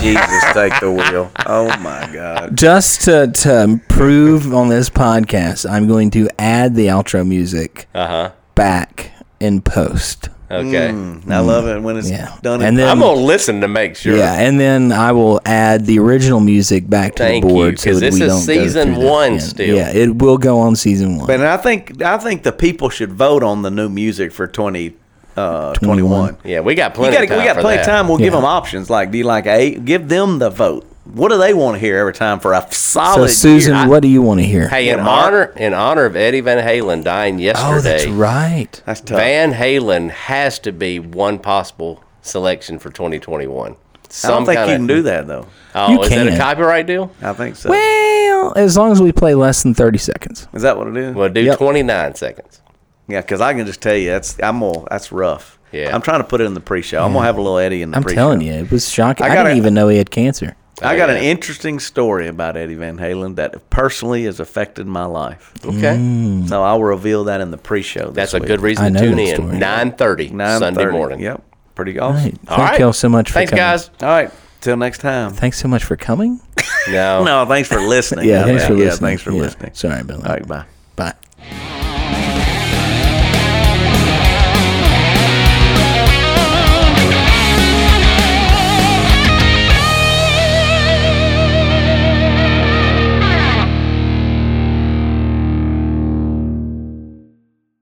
Speaker 2: Jesus, take the wheel. Oh my God.
Speaker 3: Just to, to prove on this podcast, I'm going to add the outro music
Speaker 1: uh huh.
Speaker 3: back in post.
Speaker 1: Okay.
Speaker 2: I love it when it's
Speaker 3: Yeah.
Speaker 2: done.
Speaker 3: mm, And
Speaker 2: in-
Speaker 3: then-
Speaker 1: I'm gonna listen to make sure.
Speaker 3: Yeah, and then I will add the original music back to
Speaker 1: Thank
Speaker 3: the board
Speaker 1: you,
Speaker 3: so
Speaker 1: 'cause
Speaker 3: that
Speaker 1: this
Speaker 3: we
Speaker 1: is
Speaker 3: don't go
Speaker 1: season
Speaker 3: through that
Speaker 1: one
Speaker 3: again.
Speaker 1: still.
Speaker 3: Yeah, it will go on season one.
Speaker 2: but I think I think the people should vote on the new music for 20, uh, 21.
Speaker 1: Yeah, we got
Speaker 2: You
Speaker 1: plenty.
Speaker 2: gotta,
Speaker 1: of time
Speaker 2: we got
Speaker 1: for
Speaker 2: plenty
Speaker 1: that.
Speaker 2: of time. We'll give
Speaker 3: Yeah.
Speaker 2: them options. Like, do you like A? Give them the vote. What do they want to hear every time for a
Speaker 3: so
Speaker 2: solid?
Speaker 3: Susan,
Speaker 2: year? I-
Speaker 3: what do you want to hear?
Speaker 1: Hey, in
Speaker 2: Yeah.
Speaker 1: honor in honor of Eddie Van Halen dying yesterday.
Speaker 3: oh, that's right.
Speaker 2: that's tough.
Speaker 1: Van Halen has to be one possible selection for 2021.
Speaker 2: I don't
Speaker 1: Some
Speaker 2: think you
Speaker 1: kinda-
Speaker 2: can do that though.
Speaker 1: Oh,
Speaker 3: You
Speaker 1: is that a
Speaker 3: can.
Speaker 1: copyright deal?
Speaker 2: I think so.
Speaker 3: Well, as long as we play less than thirty seconds.
Speaker 2: Is that what it is?
Speaker 1: Well, do
Speaker 3: Yep.
Speaker 1: 29 seconds.
Speaker 2: Yeah, because I can just tell you that's I'm gonna, that's rough.
Speaker 1: Yeah.
Speaker 2: I'm trying to put it in the pre-show. I'm gonna have a little Eddie in the
Speaker 3: I'm
Speaker 2: pre-show.
Speaker 3: telling you, it was shocking.
Speaker 2: I
Speaker 3: I,
Speaker 2: gotta-
Speaker 3: didn't even know he had cancer.
Speaker 2: I got an
Speaker 1: Yeah.
Speaker 2: interesting story about Eddie Van Halen that personally has affected my life.
Speaker 1: Okay.
Speaker 2: So I'll reveal that in the pre-show. This
Speaker 1: That's a
Speaker 2: week.
Speaker 1: good
Speaker 3: Mm, I
Speaker 1: reason to
Speaker 3: know
Speaker 1: tune
Speaker 3: that
Speaker 1: in.
Speaker 3: story.
Speaker 1: 9:30 Sunday
Speaker 2: 9:30.
Speaker 1: morning.
Speaker 2: Yep. Pretty
Speaker 3: All
Speaker 2: awesome.
Speaker 3: right. Thank y'all so much for
Speaker 1: Thanks,
Speaker 3: coming.
Speaker 1: guys.
Speaker 2: All right. Till next time.
Speaker 3: Thanks so much for coming.
Speaker 1: No.
Speaker 2: No, thanks for listening.
Speaker 3: Yeah, thanks for listening.
Speaker 2: Yeah, thanks for
Speaker 3: Yeah.
Speaker 2: listening.
Speaker 3: Sorry, Bill.
Speaker 2: All right, bye.
Speaker 3: Bye.